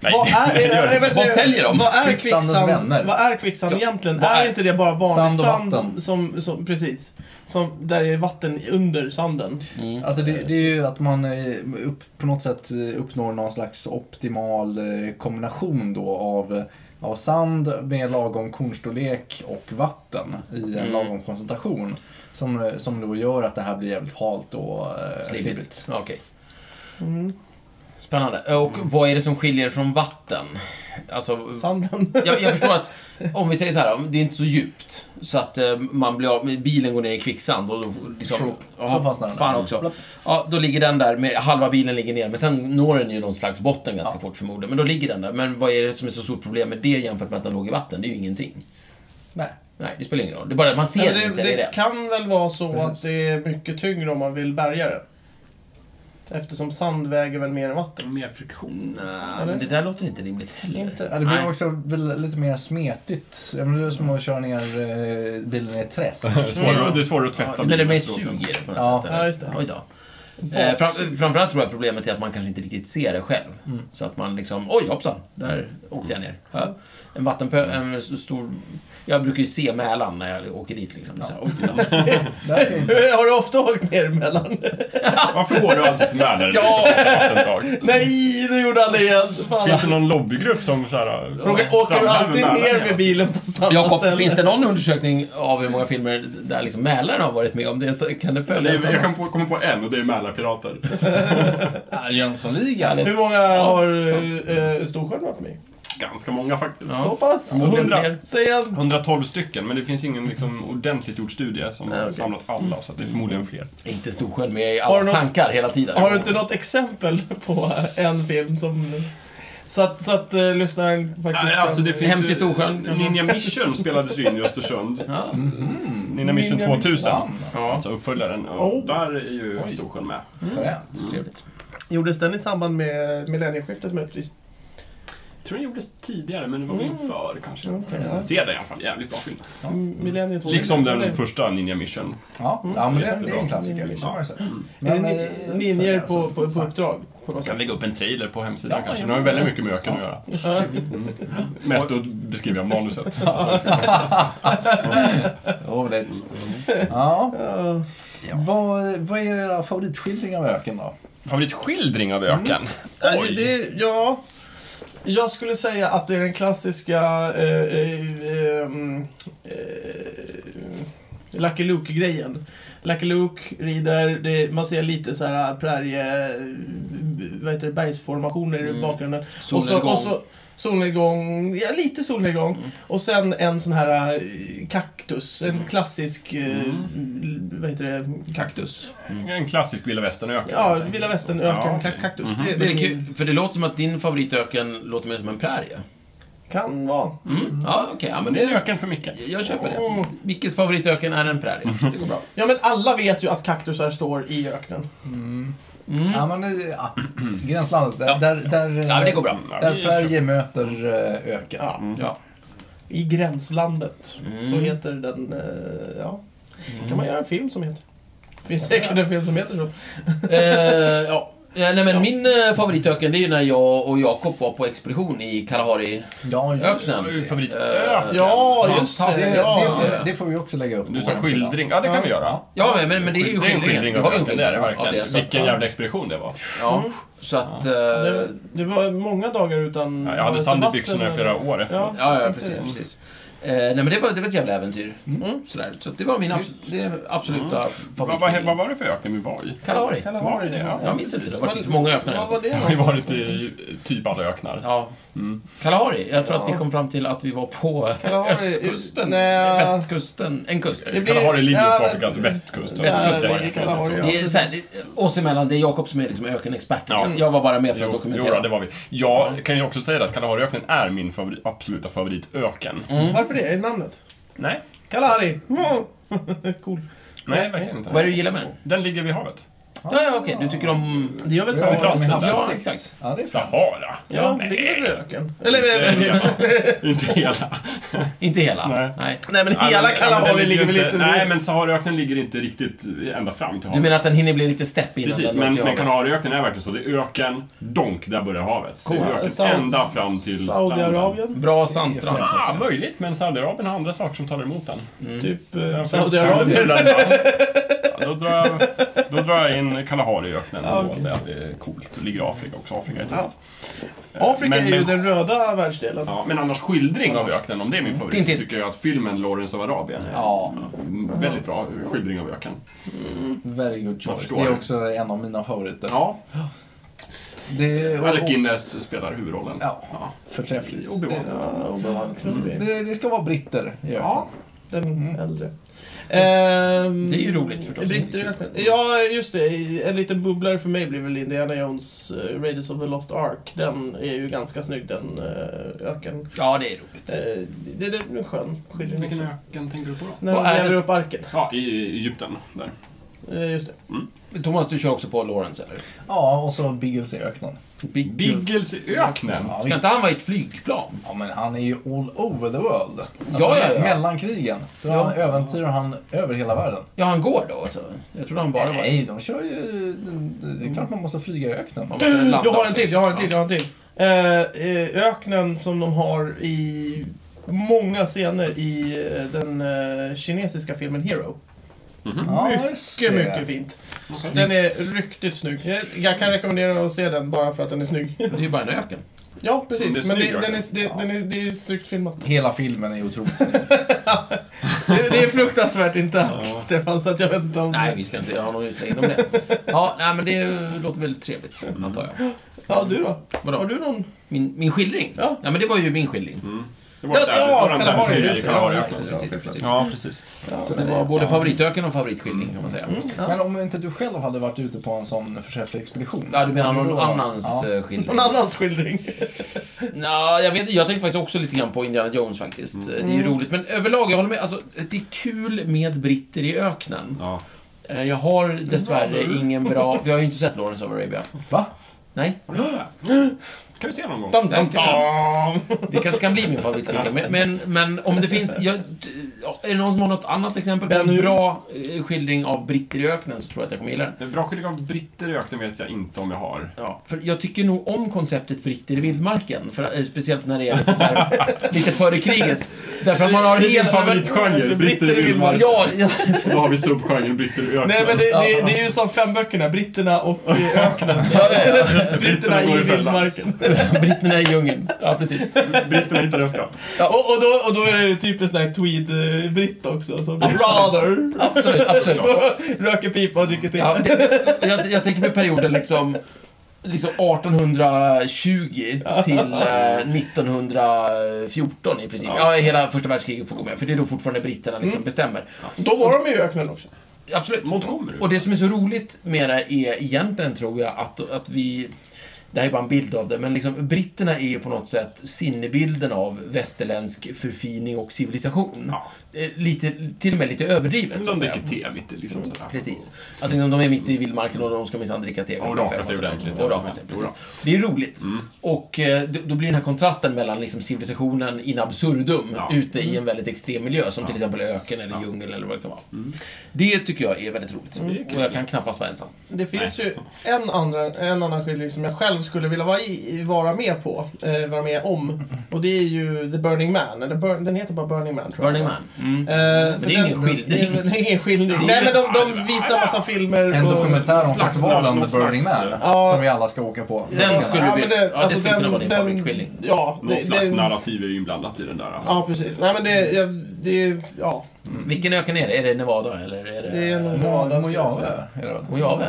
Speaker 3: Nej,
Speaker 1: Vad är,
Speaker 3: det gör det
Speaker 1: nej,
Speaker 3: inte.
Speaker 1: vänta,
Speaker 2: Vad
Speaker 1: nej,
Speaker 2: säljer de?
Speaker 1: Vad är
Speaker 4: Kvicksandens
Speaker 1: kvicksand,
Speaker 4: vänner.
Speaker 1: vad är kvicksand
Speaker 2: Ja,
Speaker 1: egentligen?
Speaker 2: vad
Speaker 1: Är,
Speaker 2: är-
Speaker 1: inte det bara vanlig
Speaker 4: Sand och
Speaker 1: sand,
Speaker 4: vatten.
Speaker 1: som, som, precis. Som, där det är vatten under sanden.
Speaker 2: Mm.
Speaker 4: Alltså det, det är ju att man eh, upp, på något sätt eh, uppnår någon slags optimal eh, kombination då av, eh, av sand med lagom kornstorlek och vatten i en
Speaker 2: Mm.
Speaker 4: lagom koncentration. Som, eh, som då gör att det här blir jävligt halt och eh,
Speaker 2: Slibbigt.
Speaker 4: slibbigt.
Speaker 2: Ja, Okej. Spännande. Och
Speaker 3: Mm.
Speaker 2: vad är det som skiljer från vatten? Alltså,
Speaker 1: Sanden.
Speaker 2: jag, jag förstår att om vi säger så här, om det är inte så djupt så att eh, man blir av, bilen går ner i kvicksand och då liksom,
Speaker 4: Tjopp. Så fastnar den.
Speaker 2: Fan också.
Speaker 4: Plopp.
Speaker 2: Ja, då ligger den där, med, halva bilen ligger ner, men sen når den ju någon slags botten ganska fort förmodligen. Men då ligger den där. Men vad är det som är så stort problem med det jämfört med att den låg i vatten? Det är ju ingenting.
Speaker 4: Nej.
Speaker 2: Nej, det spelar ingen roll. Det är bara att man ser
Speaker 1: Men
Speaker 2: det,
Speaker 1: det,
Speaker 2: inte. Det, är
Speaker 1: det
Speaker 2: det.
Speaker 1: kan väl vara så
Speaker 4: Precis.
Speaker 1: att det är mycket tyngre om man vill bärga den. Eftersom sand väger väl mer än vatten.
Speaker 3: Mer friktion.
Speaker 2: Nej, men det där låter inte rimligt heller.
Speaker 4: Ja, det blir
Speaker 2: Nej. Mm.
Speaker 4: också väl lite mer smetigt. Ja, men Det är som att köra ner eh, bilen i ett träsk.
Speaker 3: Det är svårare, det är svårare att tvätta
Speaker 2: Ja, när det
Speaker 3: bilen
Speaker 2: blir
Speaker 3: efteråt.
Speaker 2: sug i det på något
Speaker 4: Ja.
Speaker 2: sätt.
Speaker 1: Ja, just det.
Speaker 2: Oj då. Eh, fram, framförallt tror jag problemet är att man kanske inte riktigt ser det själv.
Speaker 1: Mm.
Speaker 2: Så att man liksom, oj hoppsan, där åkte jag ner. Ja. En vattenpöl, en s- stor... Jag brukar ju se Mälaren när jag åker dit liksom. Så här, oj, titta.
Speaker 4: Där är inte-
Speaker 1: Har du ofta åkt ner emellan?
Speaker 3: Varför går du alltid till Mälaren?
Speaker 2: Ja.
Speaker 3: Vattendrag.
Speaker 1: Nej, nu gjorde han det igen! Fan.
Speaker 3: Finns det någon lobbygrupp som så här, äh,
Speaker 1: Fråga, åker du
Speaker 3: framhäver
Speaker 1: alltid
Speaker 3: Mälaren
Speaker 1: ner
Speaker 3: hela
Speaker 1: med bilen på samma ställe?
Speaker 2: Jakob, finns det någon undersökning av hur många filmer där liksom Mälaren har varit med om? Det är så, kan det följa
Speaker 3: Nej, jag
Speaker 2: samma?
Speaker 3: kan på, komma på en och det är Mälarpirater.
Speaker 4: Ja, Jönssonligan.
Speaker 1: Hur många har eh, Storsjön varit med
Speaker 3: Ganska många faktiskt.
Speaker 2: Ja.
Speaker 1: Så pass?
Speaker 2: Förmodligen
Speaker 3: hundra.
Speaker 2: fler.
Speaker 1: Säg en.
Speaker 3: 112 stycken, men det finns ingen liksom, ordentligt gjord studie som har samlat alla, så att det är förmodligen fler.
Speaker 2: Inte Storsjön med i
Speaker 1: Har du
Speaker 2: allas
Speaker 1: något-
Speaker 2: tankar hela tiden.
Speaker 1: Har du inte något exempel på en film som... Så att, så att eh, lyssnaren faktiskt...
Speaker 3: Nej,
Speaker 1: kan-
Speaker 3: Alltså, det finns
Speaker 2: Hem
Speaker 3: ju-
Speaker 2: till Storsjön.
Speaker 3: Ninja Mission spelades ju in i Östersund.
Speaker 2: Ja.
Speaker 1: Mm.
Speaker 3: Ninja Mission
Speaker 1: Ninja
Speaker 3: 2000.
Speaker 2: Ja,
Speaker 3: Alltså uppföljaren. Och
Speaker 1: Oh.
Speaker 3: Där är ju Storsjön med.
Speaker 4: Fränt.
Speaker 2: trevligt.
Speaker 1: Gjordes den i samband med millennieskiftet möjligtvis?
Speaker 3: Jag tror den gjordes tidigare, men det var väl inför kanske.
Speaker 1: Mm. Okej, ja.
Speaker 3: Se den i alla fall, jävligt bra film.
Speaker 1: Mm. Millenniet
Speaker 3: Liksom den första Ninja Mission.
Speaker 4: Ja, ja men det,
Speaker 3: jättebra.
Speaker 4: det är en klassiker. Det har man ju sett.
Speaker 1: Men,
Speaker 4: eh,
Speaker 1: linjer
Speaker 4: alltså,
Speaker 1: på, på, på
Speaker 4: exakt.
Speaker 1: uppdrag. På något
Speaker 3: Jag kan
Speaker 1: sätt.
Speaker 3: lägga upp en trailer på hemsidan
Speaker 4: Ja,
Speaker 3: kanske.
Speaker 4: ja,
Speaker 3: Den har ju väldigt mycket med öken att göra. Mm.
Speaker 1: Ja.
Speaker 3: Mest då beskriver jag manuset.
Speaker 4: Roligt. Ja.
Speaker 1: Ja.
Speaker 4: Vad, vad är era favoritskildringar av öken då?
Speaker 3: Favoritskildring av öken?
Speaker 1: Nej, Det, ja, jag skulle säga att det är den klassiska eh, ehm, eh, eh, eh, Lucky Luke-grejen. Lucky Luke rider, det, man ser lite så här prärie... Vad heter det? Bergsformationer i
Speaker 2: Mm.
Speaker 1: bakgrunden.
Speaker 2: Solnedgång.
Speaker 1: Och så, och så, solnedgång, ja lite solnedgång.
Speaker 2: Mm.
Speaker 1: Och sen en sån här eh, kaktus, en klassisk... eh, Vad heter det?
Speaker 2: Mm. Kaktus. Mm.
Speaker 3: En klassisk vilda västern-öken.
Speaker 1: Ja,
Speaker 3: helt enkelt.
Speaker 1: vilda västern,
Speaker 3: Ja,
Speaker 1: öken,
Speaker 3: okej.
Speaker 1: ka- kaktus.
Speaker 3: Mhm.
Speaker 2: Mm-hmm. Det är
Speaker 1: min-
Speaker 2: kul, för det låter som att din favoritöken låter mer som en prärie.
Speaker 1: Kan vara.
Speaker 2: Mm. Ja, okej. Ja, men
Speaker 3: Men det är
Speaker 2: det,
Speaker 3: öken för Micke.
Speaker 2: jag köper det.
Speaker 1: Mm.
Speaker 2: Mickes favoritöken är en prärie.
Speaker 3: Mhm.
Speaker 2: Det går bra.
Speaker 1: Ja men alla vet ju att kaktusar står i öknen.
Speaker 4: Mm.
Speaker 2: Mm.
Speaker 4: Ja, men eh, ja. gränslandet. Där, där, där, eh,
Speaker 2: Ja, men det går bra.
Speaker 3: Ja,
Speaker 4: där
Speaker 3: vi köper.
Speaker 4: Sverige möter eh, öken.
Speaker 1: Ja.
Speaker 3: Mm.
Speaker 2: Ja.
Speaker 1: I gränslandet.
Speaker 2: Mm.
Speaker 1: Så heter den, eh, ja.
Speaker 2: Mm.
Speaker 1: Kan man göra en film som heter? Finns säkert en film som heter så.
Speaker 2: Eh, ja. Eh, Nej, men Min eh, favoritöken det är ju när jag och Jakob var på expedition i Kalahari.
Speaker 4: Ja, just
Speaker 2: Öknen.
Speaker 3: Vår Favorit
Speaker 2: Eh,
Speaker 3: öken.
Speaker 1: Ja, just
Speaker 4: Fantastiskt.
Speaker 1: det.
Speaker 4: Det,
Speaker 1: Ja.
Speaker 4: får- det får vi också lägga upp.
Speaker 3: Du
Speaker 4: på
Speaker 3: sa
Speaker 4: vår hemsida.
Speaker 3: skildring. Ja, det kan vi göra.
Speaker 4: Ja.
Speaker 2: Ja, men, men det är ju
Speaker 3: Det är en skildring av
Speaker 2: var ju en
Speaker 3: öken, det är det
Speaker 2: skildring av
Speaker 3: verkligen.
Speaker 2: så att- Mm.
Speaker 3: Vilken jävla expedition det var.
Speaker 2: Ja, så att... eh,
Speaker 1: Mm. Det, det var många dagar utan...
Speaker 3: Ja, Jag hade
Speaker 1: vatten
Speaker 3: sand i byxorna i
Speaker 1: eller-
Speaker 3: flera år
Speaker 1: Ja,
Speaker 3: efteråt.
Speaker 2: Ja, ja,
Speaker 1: tänkte
Speaker 2: precis.
Speaker 1: det.
Speaker 2: precis. Eh, nej, men det var, det var ett jävla äventyr.
Speaker 1: Mm.
Speaker 2: Sådär. Så att det var min abs- det är absoluta
Speaker 3: Vad,
Speaker 2: favorit.
Speaker 3: vad, vad var det för öken vi var i?
Speaker 2: Kalahari.
Speaker 1: Kalahari.
Speaker 3: Var det det? Ja.
Speaker 2: Jag minns inte, det har varit så många
Speaker 1: Vad
Speaker 2: öknar.
Speaker 1: var det
Speaker 3: Vi har ju varit i typ alla öknar.
Speaker 2: Ja.
Speaker 3: Mm.
Speaker 2: Kalahari. Jag tror att vi
Speaker 1: Ja.
Speaker 2: kom fram till att vi var på
Speaker 1: Kalahari.
Speaker 2: östkusten.
Speaker 1: Nej.
Speaker 2: Västkusten. En kust.
Speaker 1: Det blir-
Speaker 3: Kalahari ligger på
Speaker 1: Ja,
Speaker 3: Afrikas västkust.
Speaker 2: västkust
Speaker 3: Ja,
Speaker 2: var det.
Speaker 3: det
Speaker 1: Kalahari, ja.
Speaker 2: Det är, så här, det, oss emellan, det är Jakob som är liksom ökenexpert.
Speaker 3: Ja.
Speaker 2: Jag var bara med för att
Speaker 3: Jo, jo,
Speaker 2: dokumentera.
Speaker 3: det var vi. Jag kan ju också säga det att Kalahariöknen är min favori, absoluta favoritöken.
Speaker 1: Varför det? Är det namnet?
Speaker 3: Nej,
Speaker 1: Kalahari! Mm. cool.
Speaker 3: nej verkligen inte.
Speaker 2: Vad är det du gillar med den?
Speaker 3: Den ligger vid havet.
Speaker 2: Ja, ja, okej. Du tycker om...
Speaker 1: Det gör väl
Speaker 4: Vi har
Speaker 1: samma?
Speaker 4: ett avsnitt.
Speaker 3: Ja,
Speaker 4: Absolut.
Speaker 2: exakt.
Speaker 4: Ja, det är sant.
Speaker 3: Sahara.
Speaker 1: Ja, det är väl
Speaker 3: nej.
Speaker 1: öken. Eller, eh,
Speaker 3: Inte
Speaker 1: nej,
Speaker 3: hela. Inte hela.
Speaker 2: Inte hela?
Speaker 3: Nej.
Speaker 1: men hela Kalahari ligger väl inte...
Speaker 3: Nej, men Saharaöknen ligger inte riktigt ända fram till
Speaker 2: Du
Speaker 3: havet.
Speaker 2: menar att den hinner bli lite stepp innan
Speaker 3: Precis,
Speaker 2: den
Speaker 3: men,
Speaker 2: når till
Speaker 3: men
Speaker 2: havet?
Speaker 3: Kanarieöknen är verkligen så. Det är öken, donk, där börjar havet.
Speaker 2: Coolt.
Speaker 3: Det är öken
Speaker 1: Saudi-
Speaker 3: ända fram till stranden.
Speaker 1: Saudiarabien?
Speaker 2: Bra sandstrand, så att
Speaker 3: Ah,
Speaker 2: säga.
Speaker 3: möjligt, men Saudiarabien har andra saker som talar emot den.
Speaker 1: Typ eh,
Speaker 3: Den får-
Speaker 1: Saudiarabien?
Speaker 3: Ja, Då drar jag, då drar jag in Kalahariöknen
Speaker 1: Ja,
Speaker 3: och
Speaker 1: okej.
Speaker 3: säger att det är coolt. Det ligger i Afrika också. Afrika är tufft.
Speaker 1: Ja. Afrika
Speaker 3: Men-
Speaker 1: är ju
Speaker 3: men-
Speaker 1: den röda världsdelen.
Speaker 3: Ja, men annars skildring av öknen, om det är min favorit,
Speaker 2: Tintin.
Speaker 3: tycker jag att filmen Lawrence of Arabien är
Speaker 4: Ja,
Speaker 3: en väldigt bra skildring av öken.
Speaker 4: very good
Speaker 3: Man
Speaker 4: choice.
Speaker 3: förstår.
Speaker 4: Det är också en av mina favoriter.
Speaker 3: Ja,
Speaker 4: Det, och,
Speaker 3: Alec Guinness spelar huvudrollen.
Speaker 4: Ja.
Speaker 3: Ja.
Speaker 4: förträffligt.
Speaker 3: Obi-Wan.
Speaker 1: Ja, och då var han klubbig.
Speaker 2: Mm.
Speaker 4: Det, det ska vara britter i
Speaker 3: Ja.
Speaker 4: öknen.
Speaker 1: Den
Speaker 4: Mm.
Speaker 1: äldre. Ehm,
Speaker 2: Det är ju roligt förstås. Mm.
Speaker 1: Britter i öknen. Ja, just det. En liten bubblare för mig blir väl Indiana Jones eh, Raiders of the Lost Ark. Den är ju ganska snygg, den eh, öken.
Speaker 2: Ja, det är roligt.
Speaker 1: Eh, Det, det är en skön skildring.
Speaker 3: Vilken
Speaker 1: också.
Speaker 3: öken tänker du på då?
Speaker 1: När
Speaker 2: Vad
Speaker 1: de
Speaker 2: är det
Speaker 1: gräver
Speaker 2: s-
Speaker 1: upp arken.
Speaker 3: Ja, i Egypten. Där.
Speaker 1: Eh, Just det.
Speaker 2: Thomas, du kör också på Lawrence, eller?
Speaker 4: Ja, och så Biggles i öknen.
Speaker 3: Biggles i öknen.
Speaker 4: Ja,
Speaker 2: Ska
Speaker 4: visst.
Speaker 2: inte han vara i ett flygplan?
Speaker 4: Ja, men han är ju all over the world. Alltså,
Speaker 2: Ja, ja, ja.
Speaker 4: Mellan krigen. Så
Speaker 2: Ja.
Speaker 4: han äventyrar han över hela världen.
Speaker 2: Ja, han går då alltså. Jag trodde han bara var...
Speaker 4: Nej, de kör ju... Det är klart man måste flyga i öknen.
Speaker 2: Han måste landa
Speaker 1: Jag har en
Speaker 2: också.
Speaker 1: till, jag har en till, jag har en till. Eh, eh, öknen som de har i många scener i eh, den eh, kinesiska filmen Hero.
Speaker 3: Mhm.
Speaker 4: Ja, just
Speaker 1: Mycket,
Speaker 4: det.
Speaker 1: mycket fint. Den är riktigt snygg. Jag, jag kan rekommendera att se den bara för att den är snygg.
Speaker 2: Det är ju bara en öken.
Speaker 1: ja,
Speaker 3: Men det
Speaker 1: precis.
Speaker 3: är
Speaker 1: Men det,
Speaker 3: snygg öken.
Speaker 1: den är, det, den är, det är snyggt filmat.
Speaker 4: Hela filmen är otroligt snygg.
Speaker 1: Det, det är fruktansvärt inte Stefan, så att jag vet inte om...
Speaker 2: Nej, vi ska inte ha någon utläggning om det. Ja, nej, men det låter väldigt trevligt, antar jag.
Speaker 1: Ja, du då?
Speaker 2: Vadå?
Speaker 1: Har du någon?
Speaker 2: Min, min skildring?
Speaker 1: Ja.
Speaker 2: men det var ju min skildring.
Speaker 3: Det var ett
Speaker 1: Ja, ja,
Speaker 3: äventyr- det var en
Speaker 1: Kalahari,
Speaker 3: äventyr i
Speaker 1: just det.
Speaker 3: Kalahariöknen.
Speaker 2: Precis,
Speaker 1: Ja,
Speaker 2: precis, precis.
Speaker 3: Ja, precis.
Speaker 1: Ja, Mm.
Speaker 2: Så det var både favoritöken och favoritskildring, kan man säga.
Speaker 4: Men om inte du själv hade varit ute på en sån förträfflig expedition?
Speaker 2: Ja, du menar någon
Speaker 4: Då-
Speaker 2: annans
Speaker 4: Ja.
Speaker 2: eh, skildring?
Speaker 1: någon annans skildring.
Speaker 2: Nå, jag, vet, jag tänkte faktiskt också lite grann på Indiana Jones faktiskt.
Speaker 1: Mm.
Speaker 2: Det är ju roligt. Men överlag, jag håller med. Alltså, det är kul med britter i öknen.
Speaker 3: Ja.
Speaker 2: Eh, Jag har
Speaker 1: Mm.
Speaker 2: dessvärre ingen bra... Vi har ju inte sett Lawrence of Arabia.
Speaker 4: Va?
Speaker 2: Nej,
Speaker 3: Kan vi se någon gång?
Speaker 1: Dam, dam, dam.
Speaker 2: det kanske kan bli min favoritfilm. Men, men, men om det finns... Jag, ja, är det någon som har något annat exempel på en
Speaker 1: Ben-Hur.
Speaker 2: bra eh, skildring av britter i öknen så tror jag att jag kommer gilla den.
Speaker 3: En Bra skildring av britter i öknen vet jag inte om jag har.
Speaker 2: Ja, för jag tycker nog om konceptet britter i vildmarken. För, eh, speciellt när det är lite, så här, lite före kriget. Därför att man har
Speaker 3: Det är
Speaker 2: helt...
Speaker 3: din favoritgenre, britter i vildmarken.
Speaker 2: Ja, ja,
Speaker 3: Då har vi subgenren britter i öknen.
Speaker 1: Nej men det, det, det är ju som fem böckerna, britterna och eh, öknen.
Speaker 2: ja, ja.
Speaker 1: britterna
Speaker 3: Britterna går
Speaker 1: i
Speaker 3: i fällan.
Speaker 1: vildmarken.
Speaker 2: Britterna i djungeln. Ja, precis.
Speaker 3: Britterna hittar en skatt.
Speaker 1: Och, och, då, och då är det ju typiskt sån här tweed-britt också. Som rather.
Speaker 2: Absolut, absolut.
Speaker 1: Röker pipa och dricker te.
Speaker 2: Ja, det, det- jag, jag tänker mig perioden liksom, liksom 1820 till eh, 1914 i princip. Ja, hela första världskriget får gå med, för det är då fortfarande britterna
Speaker 3: Mm.
Speaker 2: liksom bestämmer.
Speaker 1: Då var de ju i öknen också.
Speaker 2: Absolut.
Speaker 3: Montgomery.
Speaker 2: Och det som är så roligt med det är egentligen, tror jag, att, att vi... Det här är bara en bild av det, men liksom, britterna är ju på något sätt sinnebilden av västerländsk förfining och civilisation.
Speaker 3: Ja.
Speaker 2: Eh, Lite, till och med lite överdrivet. så
Speaker 3: De
Speaker 2: att säga.
Speaker 3: dricker te mitt i liksom sådär.
Speaker 2: Precis. Att liksom, de är mitt i vildmarken och de ska minsann dricka te. klockan
Speaker 3: Och raka
Speaker 2: fem
Speaker 3: sig
Speaker 2: sådär.
Speaker 3: ordentligt.
Speaker 2: Och raka sig, precis.
Speaker 3: Ja.
Speaker 2: Det är roligt. Och eh, då då blir den här kontrasten mellan liksom, civilisationen in absurdum
Speaker 3: Ja.
Speaker 2: ute i en väldigt extrem miljö, som till exempel öken eller djungel eller vad det kan vara. Det tycker jag är väldigt roligt. Och jag kan knappast vara ensam.
Speaker 1: Det finns ju en, andra, en annan skildring som jag själv skulle vilja vara, i, vara med på. Eh, vara med om. Och det är ju The Burning Man. Eller Bur- den heter bara Burning Man tror jag.
Speaker 2: Burning Man. Mm.
Speaker 1: Eh, för
Speaker 2: det är ingen
Speaker 1: den-
Speaker 2: skildring.
Speaker 1: Det är väl ingen skildring. Nej men de, de visar massa filmer.
Speaker 4: En
Speaker 1: och-
Speaker 4: dokumentär om
Speaker 3: slags-
Speaker 4: festivalen
Speaker 3: något
Speaker 4: The Burning
Speaker 3: slags,
Speaker 4: Man.
Speaker 1: ja.
Speaker 4: Som vi alla ska åka på.
Speaker 2: Den skulle
Speaker 1: ja,
Speaker 2: vi-
Speaker 1: men
Speaker 2: ja, det
Speaker 1: alltså
Speaker 2: skulle kunna
Speaker 1: den-
Speaker 2: vara din
Speaker 1: den-
Speaker 2: favoritskildring.
Speaker 1: Ja.
Speaker 3: Någon slags
Speaker 1: den-
Speaker 3: narrativ är ju inblandat i den där. Alltså.
Speaker 1: Ja, precis. Nej men det, jag, det, ja.
Speaker 2: Vilken öken är det? Är det Nevada eller är det...
Speaker 1: Det är nog-
Speaker 4: Mo-
Speaker 1: Ja,
Speaker 4: Mojave är det väl?
Speaker 2: Mojave?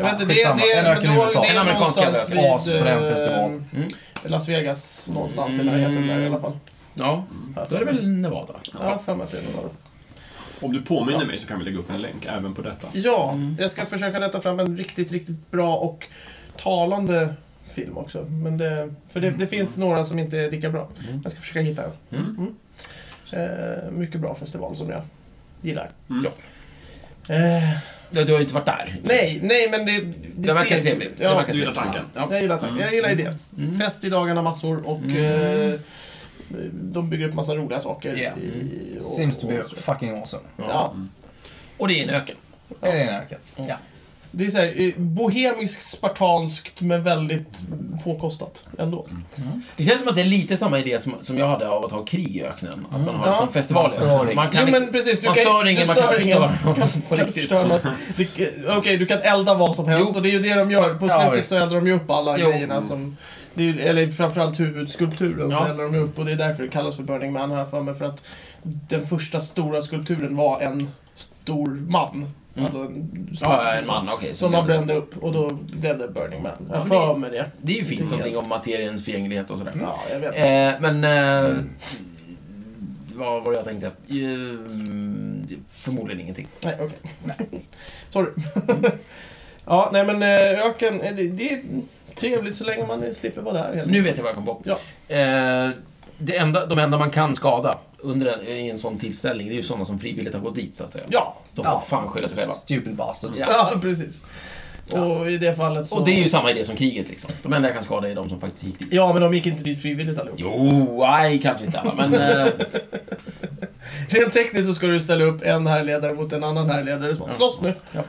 Speaker 1: Jag
Speaker 4: Ja,
Speaker 1: vet inte, det,
Speaker 4: skitsamma.
Speaker 1: det,
Speaker 4: En öken i
Speaker 1: då-
Speaker 4: USA.
Speaker 1: det är
Speaker 2: En amerikansk
Speaker 1: någonstans
Speaker 2: jävla
Speaker 1: vid,
Speaker 4: asfrän
Speaker 1: eh,
Speaker 4: festival.
Speaker 2: Mm.
Speaker 1: Las Vegas någonstans i närheten där i alla fall.
Speaker 2: Ja, då är det väl Nevada.
Speaker 1: Ja, för mig att det är någon.
Speaker 3: Om du påminner mig så kan vi lägga upp en länk även på detta.
Speaker 1: Ja,
Speaker 2: Mm.
Speaker 1: jag ska försöka leta fram en riktigt, riktigt bra och talande film också. Men det, för det, det finns några som inte är lika bra.
Speaker 2: Mm.
Speaker 1: Jag ska försöka hitta en.
Speaker 2: Mm.
Speaker 1: Eh, mycket bra festival som jag gillar.
Speaker 3: Mm.
Speaker 2: Ja.
Speaker 1: Eh,
Speaker 2: Ja, Du har ju inte varit där.
Speaker 1: nej, nej men det... Det,
Speaker 2: Det verkar
Speaker 1: ser-
Speaker 2: trevligt.
Speaker 1: Ja,
Speaker 2: Det verkar
Speaker 3: du gillar
Speaker 2: trevligt.
Speaker 3: tanken.
Speaker 2: Ja.
Speaker 1: Jag gillar tanken. Jag gillar idén. Fest i dagarna massor och
Speaker 2: Mm.
Speaker 1: eh, de bygger upp massa roliga saker.
Speaker 4: Yeah.
Speaker 2: Mm.
Speaker 1: i- och-
Speaker 4: Seems to be
Speaker 1: och så.
Speaker 4: fucking awesome.
Speaker 1: Ja,
Speaker 2: Och det är en öken.
Speaker 4: Är det en öken?
Speaker 2: Ja.
Speaker 1: det är så här, eh, bohemiskt, spartanskt men väldigt påkostat ändå.
Speaker 2: Det känns som att det är lite samma idé som, som jag hade av att ha krig i öknen. Att man har
Speaker 1: Mm. Ja.
Speaker 2: liksom festivaler.
Speaker 4: Stör.
Speaker 2: Man kan
Speaker 1: jo men
Speaker 2: liksom...
Speaker 1: precis, du
Speaker 2: Man
Speaker 1: kan,
Speaker 2: stör
Speaker 1: du
Speaker 2: ingen, man kan
Speaker 1: stör ingen.
Speaker 2: förstöra någon på
Speaker 1: Du kan
Speaker 2: riktigt.
Speaker 1: förstöra något. Du- eh, Okej, du kan elda vad som helst
Speaker 2: Jo.
Speaker 1: och det är ju det de gör. På
Speaker 4: Ja,
Speaker 1: slutet
Speaker 4: visst.
Speaker 1: så eldar de ju upp alla
Speaker 2: Jo.
Speaker 1: grejerna som... Det är, ju- eller framförallt huvudskulpturen så
Speaker 2: Ja.
Speaker 1: eldar de ju upp och det är därför det kallas för Burning Man här för mig. För att den första stora skulpturen var en stor man.
Speaker 2: Mm.
Speaker 1: Alltså en,
Speaker 2: Ja, en man, okej. så
Speaker 1: Som man
Speaker 2: blev det så.
Speaker 1: brände upp och då blev det Burning Man.
Speaker 2: Ja,
Speaker 1: Jag
Speaker 2: men det- Mm.
Speaker 1: för mig det.
Speaker 2: Det är ju fint,
Speaker 1: Inte
Speaker 2: någonting
Speaker 1: helt. Mm.
Speaker 2: om materiens förgänglighet och sådär.
Speaker 1: Ja, jag vet.
Speaker 2: Eh, men... Eh,
Speaker 1: Mm.
Speaker 2: Vad var det jag tänkte? Eh, förmodligen ingenting.
Speaker 1: Nej, okej. Sorry. ja, nej men eh, öken, eh, det, det är trevligt så länge man eh, slipper vara där. helt
Speaker 2: Nu vet jag vad jag kom på.
Speaker 1: Ja.
Speaker 2: Eh, det enda, de enda man kan skada under en, i en sån tillställning, det är ju sådana som frivilligt har gått dit, så att säga.
Speaker 1: Ja,
Speaker 2: De får
Speaker 4: Ja.
Speaker 2: fan skylla sig själva.
Speaker 4: Stupid bastards.
Speaker 1: ja. precis. Och i det fallet så...
Speaker 2: Och det är ju samma idé som kriget, liksom. De enda jag kan skada är de som faktiskt gick dit.
Speaker 1: Ja, men de gick inte dit frivilligt allihop.
Speaker 2: Jo, nej, kanske inte alla, men... Eh,
Speaker 1: Rent tekniskt så ska du ställa upp en härledare mot en annan härledare.
Speaker 2: Ja.
Speaker 1: Slåss nu! För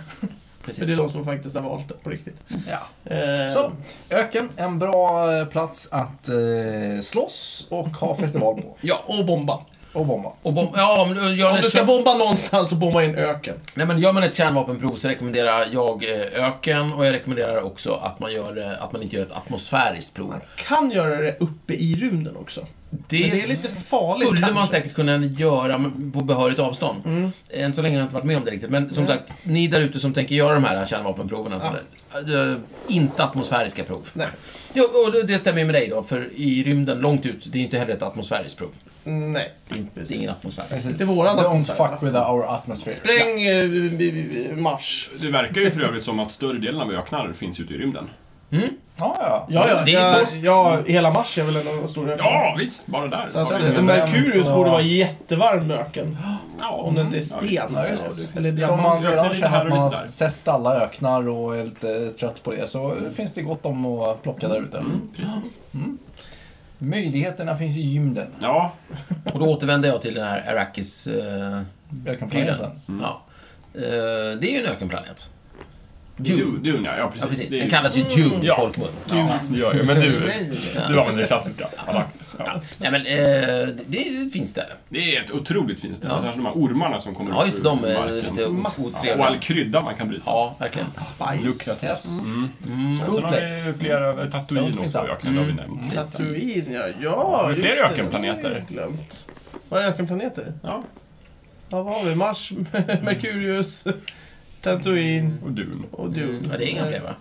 Speaker 1: det är
Speaker 2: precis.
Speaker 1: de som faktiskt har valt det på riktigt.
Speaker 4: Ja.
Speaker 1: Eh,
Speaker 4: Så, öken, en bra eh, plats att eh, slåss och ha festival på.
Speaker 2: Ja,
Speaker 1: Och bomba.
Speaker 4: Och bomba.
Speaker 2: och bom- ja, om, du- gör
Speaker 1: Om
Speaker 2: man
Speaker 1: du
Speaker 2: ett
Speaker 1: ska
Speaker 2: kärn-
Speaker 1: bomba någonstans så bomba in öken.
Speaker 2: nej, men gör man ett kärnvapenprov så rekommenderar jag eh, öken och jag rekommenderar också att man, gör, eh, att man inte gör ett atmosfäriskt prov.
Speaker 1: Man kan göra det uppe i rymden också.
Speaker 2: Det,
Speaker 1: Men det är lite farligt
Speaker 2: skulle man
Speaker 1: kanske. Mm.
Speaker 2: säkert kunna göra men på behörigt avstånd. Än så länge har jag inte varit med om det riktigt. Men som sagt, ni där ute som tänker göra de här kärnvapenproven. så där, eh, Inte atmosfäriska prov.
Speaker 1: Nej.
Speaker 2: Jo, och det- det stämmer ju med dig då, för i rymden långt ut, det är ju inte heller ett atmosfäriskt prov.
Speaker 1: Nej.
Speaker 2: Det är ingen atmosfär.
Speaker 4: Precis.
Speaker 1: Det är våran
Speaker 4: Don't
Speaker 1: atmosfär.
Speaker 4: fuck with our atmosphere.
Speaker 1: Spräng eh, b- b- Mars.
Speaker 3: Det verkar ju för övrigt som att större delen av öknar finns ute i rymden.
Speaker 4: Ja, ja.
Speaker 1: Ja, ja.
Speaker 2: Det är
Speaker 1: ja,
Speaker 2: toast.
Speaker 1: ja, hela Mars är väl en stor öken.
Speaker 3: Ja, visst! Bara där.
Speaker 1: Så att,
Speaker 3: Bara
Speaker 1: eh,
Speaker 3: där.
Speaker 1: Merkurius
Speaker 4: Ja.
Speaker 1: borde vara jättevarm öken.
Speaker 3: Ja,
Speaker 1: Om det inte är
Speaker 3: ja, visst.
Speaker 1: sten.
Speaker 4: Ja, just det.
Speaker 1: eller
Speaker 4: Som man
Speaker 1: diamant.
Speaker 4: redan
Speaker 3: lite
Speaker 4: känner
Speaker 3: här
Speaker 4: att
Speaker 3: och
Speaker 4: man har
Speaker 3: lite där.
Speaker 4: sett alla öknar och är lite eh, trött på det så finns det gott om att plocka där ute.
Speaker 3: Mm. Precis.
Speaker 4: Möjligheterna finns i gymden.
Speaker 3: Ja,
Speaker 2: Och då återvänder jag till den här Arrakis... Eh,
Speaker 4: Ökenplaneten.
Speaker 2: prylen. Ja. Eh, det är ju en ökenplanet. Dune.
Speaker 3: Dune, ja, ja precis.
Speaker 2: Ja, precis.
Speaker 3: Det är-
Speaker 2: Den kallas ju Dune i
Speaker 3: Ja.
Speaker 2: folkmun.
Speaker 3: Dune, det gör jag. Men du,
Speaker 1: Nej.
Speaker 3: du använder det klassiska. Arrakis. Ja.
Speaker 2: Nej, men eh, det- det är ett fint ställe.
Speaker 3: Det är ett otroligt fint ställe.
Speaker 2: Ja.
Speaker 3: Särskilt de här ormarna som kommer
Speaker 2: Ja,
Speaker 3: upp
Speaker 2: just det.
Speaker 3: ur
Speaker 2: De är
Speaker 3: marken.
Speaker 2: lite o-
Speaker 1: Massa.
Speaker 3: Och all
Speaker 2: otrevliga.
Speaker 3: krydda man kan bryta.
Speaker 2: Ja, verkligen.
Speaker 3: Lukrativt.
Speaker 4: Yes.
Speaker 3: Mm.
Speaker 2: Mm,
Speaker 3: Och sen har
Speaker 2: Complex.
Speaker 3: vi flera eh,
Speaker 4: Don't
Speaker 3: Tatooine
Speaker 4: miss
Speaker 3: också,
Speaker 4: out.
Speaker 3: öknen har vi nämnt.
Speaker 2: Mm.
Speaker 1: Tatooine, ja. ja
Speaker 3: Har vi fler
Speaker 1: just det,
Speaker 3: ökenplaneter?
Speaker 1: det har jag glömt. Vad är ökenplaneter?
Speaker 3: Ja,
Speaker 1: Ja, vad har vi? Mars, Merkurius, Tatooine
Speaker 3: och Dune.
Speaker 1: och Dune.
Speaker 2: Mm, ja, det är inga fler, va?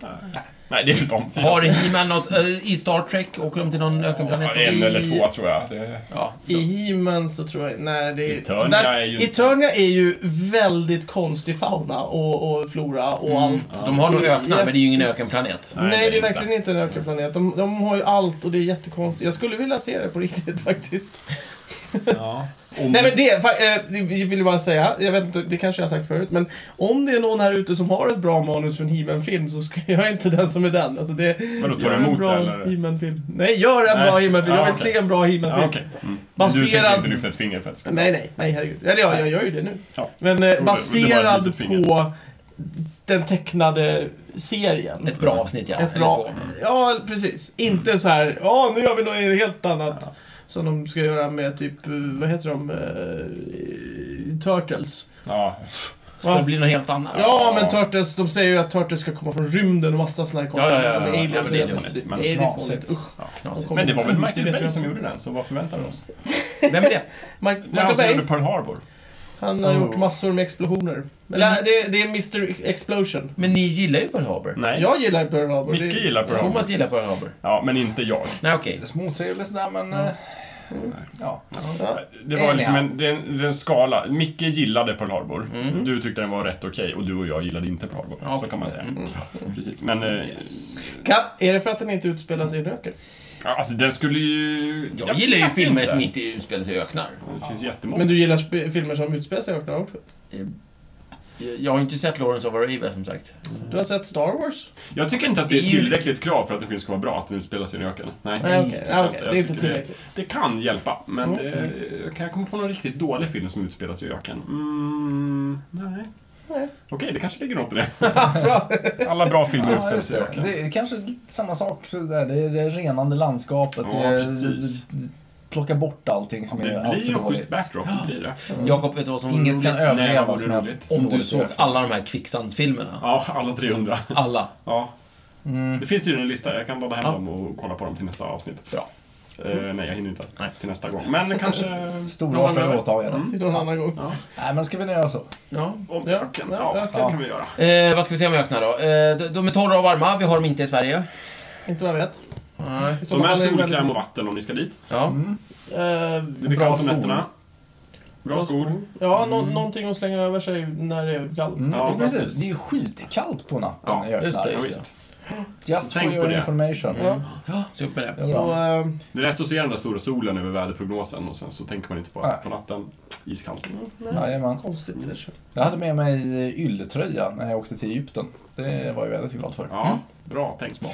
Speaker 3: Nej, det är de fyra.
Speaker 2: Har He-Man något eh, i Star Trek? Åker de till någon ökenplanet?
Speaker 3: Ja, En eller två tror jag. Det...
Speaker 2: Ja.
Speaker 1: I He-Man så tror jag... Nej, det är...
Speaker 3: Eternia är ju-
Speaker 1: Eternia är ju väldigt konstig fauna och, och flora och allt.
Speaker 2: De har nog öknar, men det är ju ingen ökenplanet.
Speaker 1: Nej, det är verkligen inte en ökenplanet. De, de har ju allt och det är jättekonstigt. Jag skulle vilja se det på riktigt faktiskt.
Speaker 3: Ja. Om...
Speaker 1: Nej men det, fa- eh, det vill jag bara säga, jag vet inte, det kanske jag har sagt förut, men om det är någon här ute som har ett bra manus för en He-Man-film så ska jag är inte den som är den. Alltså det,
Speaker 3: Vadå, tar
Speaker 1: gör
Speaker 3: du
Speaker 1: en
Speaker 3: emot
Speaker 1: bra
Speaker 3: det, eller?
Speaker 1: He-Man-film. Nej, gör en
Speaker 3: Nej.
Speaker 1: bra He-Man-film. Jag
Speaker 3: Ja,
Speaker 1: vill
Speaker 3: okej.
Speaker 1: se en bra He-Man-film.
Speaker 3: Ja, okej. Mm. Men Du
Speaker 1: Baserad-
Speaker 3: tänker inte lyfta ett finger för att...
Speaker 1: Nej, nej, nej herregud. Eller ja, jag gör ju det nu.
Speaker 3: Ja.
Speaker 1: Men eh,
Speaker 3: det- det var ett
Speaker 1: baserad
Speaker 3: litet finger.
Speaker 1: på den tecknade serien.
Speaker 2: Ett bra avsnitt, ja.
Speaker 1: Ett
Speaker 2: Eller
Speaker 1: bra.
Speaker 2: två. Mm.
Speaker 1: Ja, precis. Inte så här, ja nu gör vi något helt annat. Som de ska göra med typ, eh, vad heter de? Eh, Turtles.
Speaker 3: Ja.
Speaker 2: Ska det
Speaker 1: Va?
Speaker 2: bli något helt annat?
Speaker 1: Ja, men Turtles, de säger ju att Turtles ska komma från rymden och massa såna här
Speaker 2: Ja, ja, ja,
Speaker 1: konstiga
Speaker 2: ja.
Speaker 1: med aliens
Speaker 2: Ja, men det är
Speaker 1: och
Speaker 2: fånigt,
Speaker 1: sånt.
Speaker 3: men
Speaker 1: Nej, det är
Speaker 4: knasigt.
Speaker 1: fånigt. Usch.
Speaker 2: Knasigt.
Speaker 3: Men det var väl
Speaker 1: Just det,
Speaker 2: Mm.
Speaker 3: Michael
Speaker 1: vet
Speaker 3: Bay
Speaker 1: jag
Speaker 3: som
Speaker 1: inte.
Speaker 3: gjorde den, så vad förväntar vi oss?
Speaker 2: Vem är det?
Speaker 1: Mike,
Speaker 3: Det är han
Speaker 2: alltså,
Speaker 1: Michael
Speaker 3: som
Speaker 1: Bay,
Speaker 3: gjorde Pearl Harbor.
Speaker 1: han har
Speaker 4: Oh.
Speaker 1: gjort massor med explosioner.
Speaker 2: Mm.
Speaker 1: Eller det, det är Mr Explosion.
Speaker 2: Men ni gillar ju Pearl Harbor.
Speaker 3: Nej.
Speaker 1: Jag gillar Pearl Harbor.
Speaker 3: Micke
Speaker 1: Det-
Speaker 3: gillar Pearl Harbor.
Speaker 2: Thomas gillar Pearl Harbor.
Speaker 3: Ja, men inte jag.
Speaker 2: Nej, okej.
Speaker 4: Småtrevlig sådär, men... eh, Ja.
Speaker 1: Ja.
Speaker 3: Det var liksom
Speaker 4: Anyhow.
Speaker 3: en, det är en, det är en skala. Micke gillade Pearl Harbor. Du tyckte den var rätt okej och du och jag gillade inte Pearl Harbor.
Speaker 2: Ja,
Speaker 3: Så kan man säga.
Speaker 2: mm.
Speaker 3: Ja, Precis. Men eh,
Speaker 1: Kan, är det för att den inte utspelar sig i röken?
Speaker 3: ja, alltså den skulle ju...
Speaker 2: Jag gillar ju
Speaker 3: vet
Speaker 2: filmer som inte utspelar sig i öknar.
Speaker 3: Det finns jättemånga.
Speaker 1: Men du gillar sp- filmer som utspelar sig i öknar också?
Speaker 2: Jag jag har inte sett Lawrence of Arabia, som sagt.
Speaker 1: Du har sett Star Wars?
Speaker 3: Jag tycker inte att det är
Speaker 2: Det är ju-
Speaker 3: tillräckligt krav för att en film ska vara bra att den utspelar sig i en öken. Nej.
Speaker 1: Nej, okej.
Speaker 3: tycker
Speaker 1: Ja,
Speaker 3: jag
Speaker 1: okej.
Speaker 3: Jag
Speaker 1: Det är inte
Speaker 3: tycker
Speaker 1: tillräckligt.
Speaker 3: Det kan hjälpa, men
Speaker 1: Mm.
Speaker 3: eh, kan jag komma på någon riktigt dålig film som utspelar sig i öken? Mm, nej.
Speaker 1: Nej.
Speaker 3: Okej, det kanske ligger något i det.
Speaker 1: Bra.
Speaker 3: Alla bra filmer
Speaker 4: Ja,
Speaker 3: utspelar
Speaker 4: just
Speaker 3: sig i
Speaker 4: det.
Speaker 3: öken.
Speaker 4: det är kanske lite samma sak. Så där. Det är det renande landskapet.
Speaker 3: Ja,
Speaker 4: det är,
Speaker 3: precis.
Speaker 4: plocka bort allting som är
Speaker 3: Det
Speaker 4: allt
Speaker 3: blir
Speaker 4: för
Speaker 3: ju en schysst
Speaker 4: dåligt.
Speaker 3: backdrop, det blir det.
Speaker 2: Jakob, vet du vad som var
Speaker 4: Inget kan
Speaker 2: roligt?
Speaker 3: Nej, det
Speaker 4: överleva
Speaker 3: vore
Speaker 4: som är
Speaker 3: roligt.
Speaker 2: Om du såg alla de här kvicksandsfilmerna.
Speaker 3: Ja, alla 300.
Speaker 2: Alla.
Speaker 3: Ja.
Speaker 4: Mm.
Speaker 3: Det finns ju en lista, jag kan ladda hem
Speaker 2: Ja.
Speaker 3: dem och kolla på dem till nästa avsnitt.
Speaker 2: Bra.
Speaker 3: Eh, nej, jag hinner inte
Speaker 2: Nej.
Speaker 3: till nästa gång. Men kanske...
Speaker 4: Storartade åtaganden.
Speaker 3: Mm.
Speaker 1: Till någon annan gång.
Speaker 3: Ja,
Speaker 4: Nej, men ska vi nu göra så?
Speaker 2: Ja.
Speaker 3: om
Speaker 1: Ja,
Speaker 3: öken. Ja,
Speaker 1: ja,
Speaker 3: öken
Speaker 4: ja.
Speaker 3: kan vi göra.
Speaker 2: Eh, vad ska vi säga om öknar då? Eh, de- de är torra och varma, vi har dem inte i Sverige.
Speaker 1: Inte vad jag vet.
Speaker 2: Nej.
Speaker 1: I så
Speaker 3: De är
Speaker 1: fall det väldigt-
Speaker 3: solkräm och vatten om ni ska dit.
Speaker 2: Ja.
Speaker 1: Eh,
Speaker 3: Det blir
Speaker 4: Bra
Speaker 3: kallt om
Speaker 4: skor.
Speaker 3: nätterna. Bra skor.
Speaker 1: ja, nå- någonting att slänga över sig när det är kallt.
Speaker 4: Mm,
Speaker 3: Ja,
Speaker 4: det, precis.
Speaker 3: precis.
Speaker 4: det är ju skitkallt på natten
Speaker 3: Ja,
Speaker 4: i öknar.
Speaker 2: just det,
Speaker 3: Ja,
Speaker 2: just
Speaker 3: visst.
Speaker 4: Just for
Speaker 3: Tänk på
Speaker 4: your
Speaker 3: det.
Speaker 4: information.
Speaker 1: Ja.
Speaker 2: Så upp med det.
Speaker 4: Ja.
Speaker 1: Så, eh,
Speaker 3: Mm. Det är lätt att se den där stora solen över väderprognosen och sen så tänker man inte på att
Speaker 4: Nej.
Speaker 3: på natten, iskallt.
Speaker 4: Jajamän.
Speaker 1: konstigt. det är så.
Speaker 4: Jag hade med mig ylletröja när jag åkte till Egypten. Det var jag väldigt glad för.
Speaker 3: Ja, bra tänkt Bob.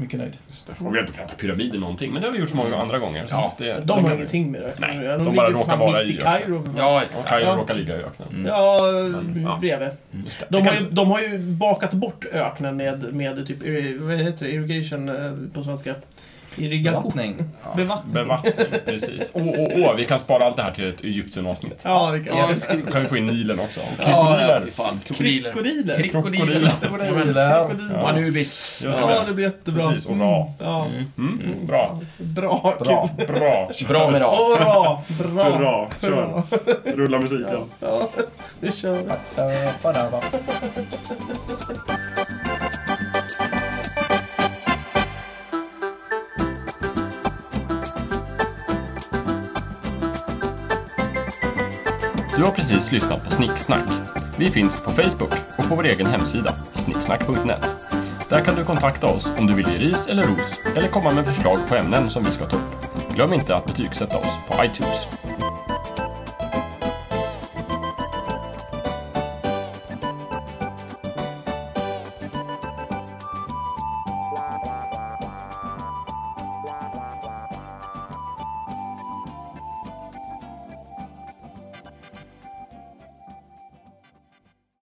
Speaker 4: Mycket nöjd.
Speaker 3: Just det. Och vi har inte pratat pyramider någonting, men det har vi gjort så många andra gånger. så
Speaker 2: Ja,
Speaker 3: att det,
Speaker 1: De har
Speaker 3: kan-
Speaker 1: ingenting med det att
Speaker 3: Mm. Nej,
Speaker 1: göra.
Speaker 3: de bara
Speaker 1: ligger
Speaker 3: råkar
Speaker 1: fan
Speaker 3: vara
Speaker 1: mitt
Speaker 3: i
Speaker 1: i Kairo.
Speaker 2: Ja,
Speaker 3: Och
Speaker 2: exakt.
Speaker 3: Kairo
Speaker 1: Ja.
Speaker 3: råkar ligga i öknen.
Speaker 1: Ja,
Speaker 3: ja. Mm,
Speaker 1: bredvid.
Speaker 3: Just det.
Speaker 1: De
Speaker 3: Det
Speaker 1: har,
Speaker 3: kan-
Speaker 1: ju, de har ju bakat bort öknen med, med typ, irri- vad heter det, irrigation eh, på svenska? Irrigation?
Speaker 4: Bevattning.
Speaker 1: Bevattning?
Speaker 3: Bevattning, precis. Åh, åh, åh, vi kan spara allt det här till ett Egypten-avsnitt.
Speaker 1: Ja, det kan
Speaker 2: Ja,
Speaker 1: yes.
Speaker 3: kan vi få in Nilen också. Och
Speaker 2: Ja,
Speaker 3: krokodiler.
Speaker 2: fy fan. Krokodiler.
Speaker 1: Krokodiler?
Speaker 2: Krokodiler.
Speaker 4: Krokodiler.
Speaker 1: Krokodiler.
Speaker 3: Ja.
Speaker 2: Manubis.
Speaker 3: Just
Speaker 1: Ja,
Speaker 3: det.
Speaker 1: det blir jättebra.
Speaker 3: Precis, och bra.
Speaker 1: Ja,
Speaker 3: Mm, bra.
Speaker 1: bra. Bra.
Speaker 4: Bra.
Speaker 3: Bra.
Speaker 2: Bra med rad.
Speaker 1: Åh, bra. Bra.
Speaker 3: Bra. Kör. Rulla musiken.
Speaker 1: Ja, nu kör vi.
Speaker 4: Ba-da-ba.
Speaker 3: Du har precis lyssnat på Snicksnack. Vi finns på Facebook och på vår egen hemsida, snicksnack.net. Där kan du kontakta oss om du vill ge ris eller ros eller komma med förslag på ämnen som vi ska ta upp. Glöm inte att betygsätta oss på iTunes.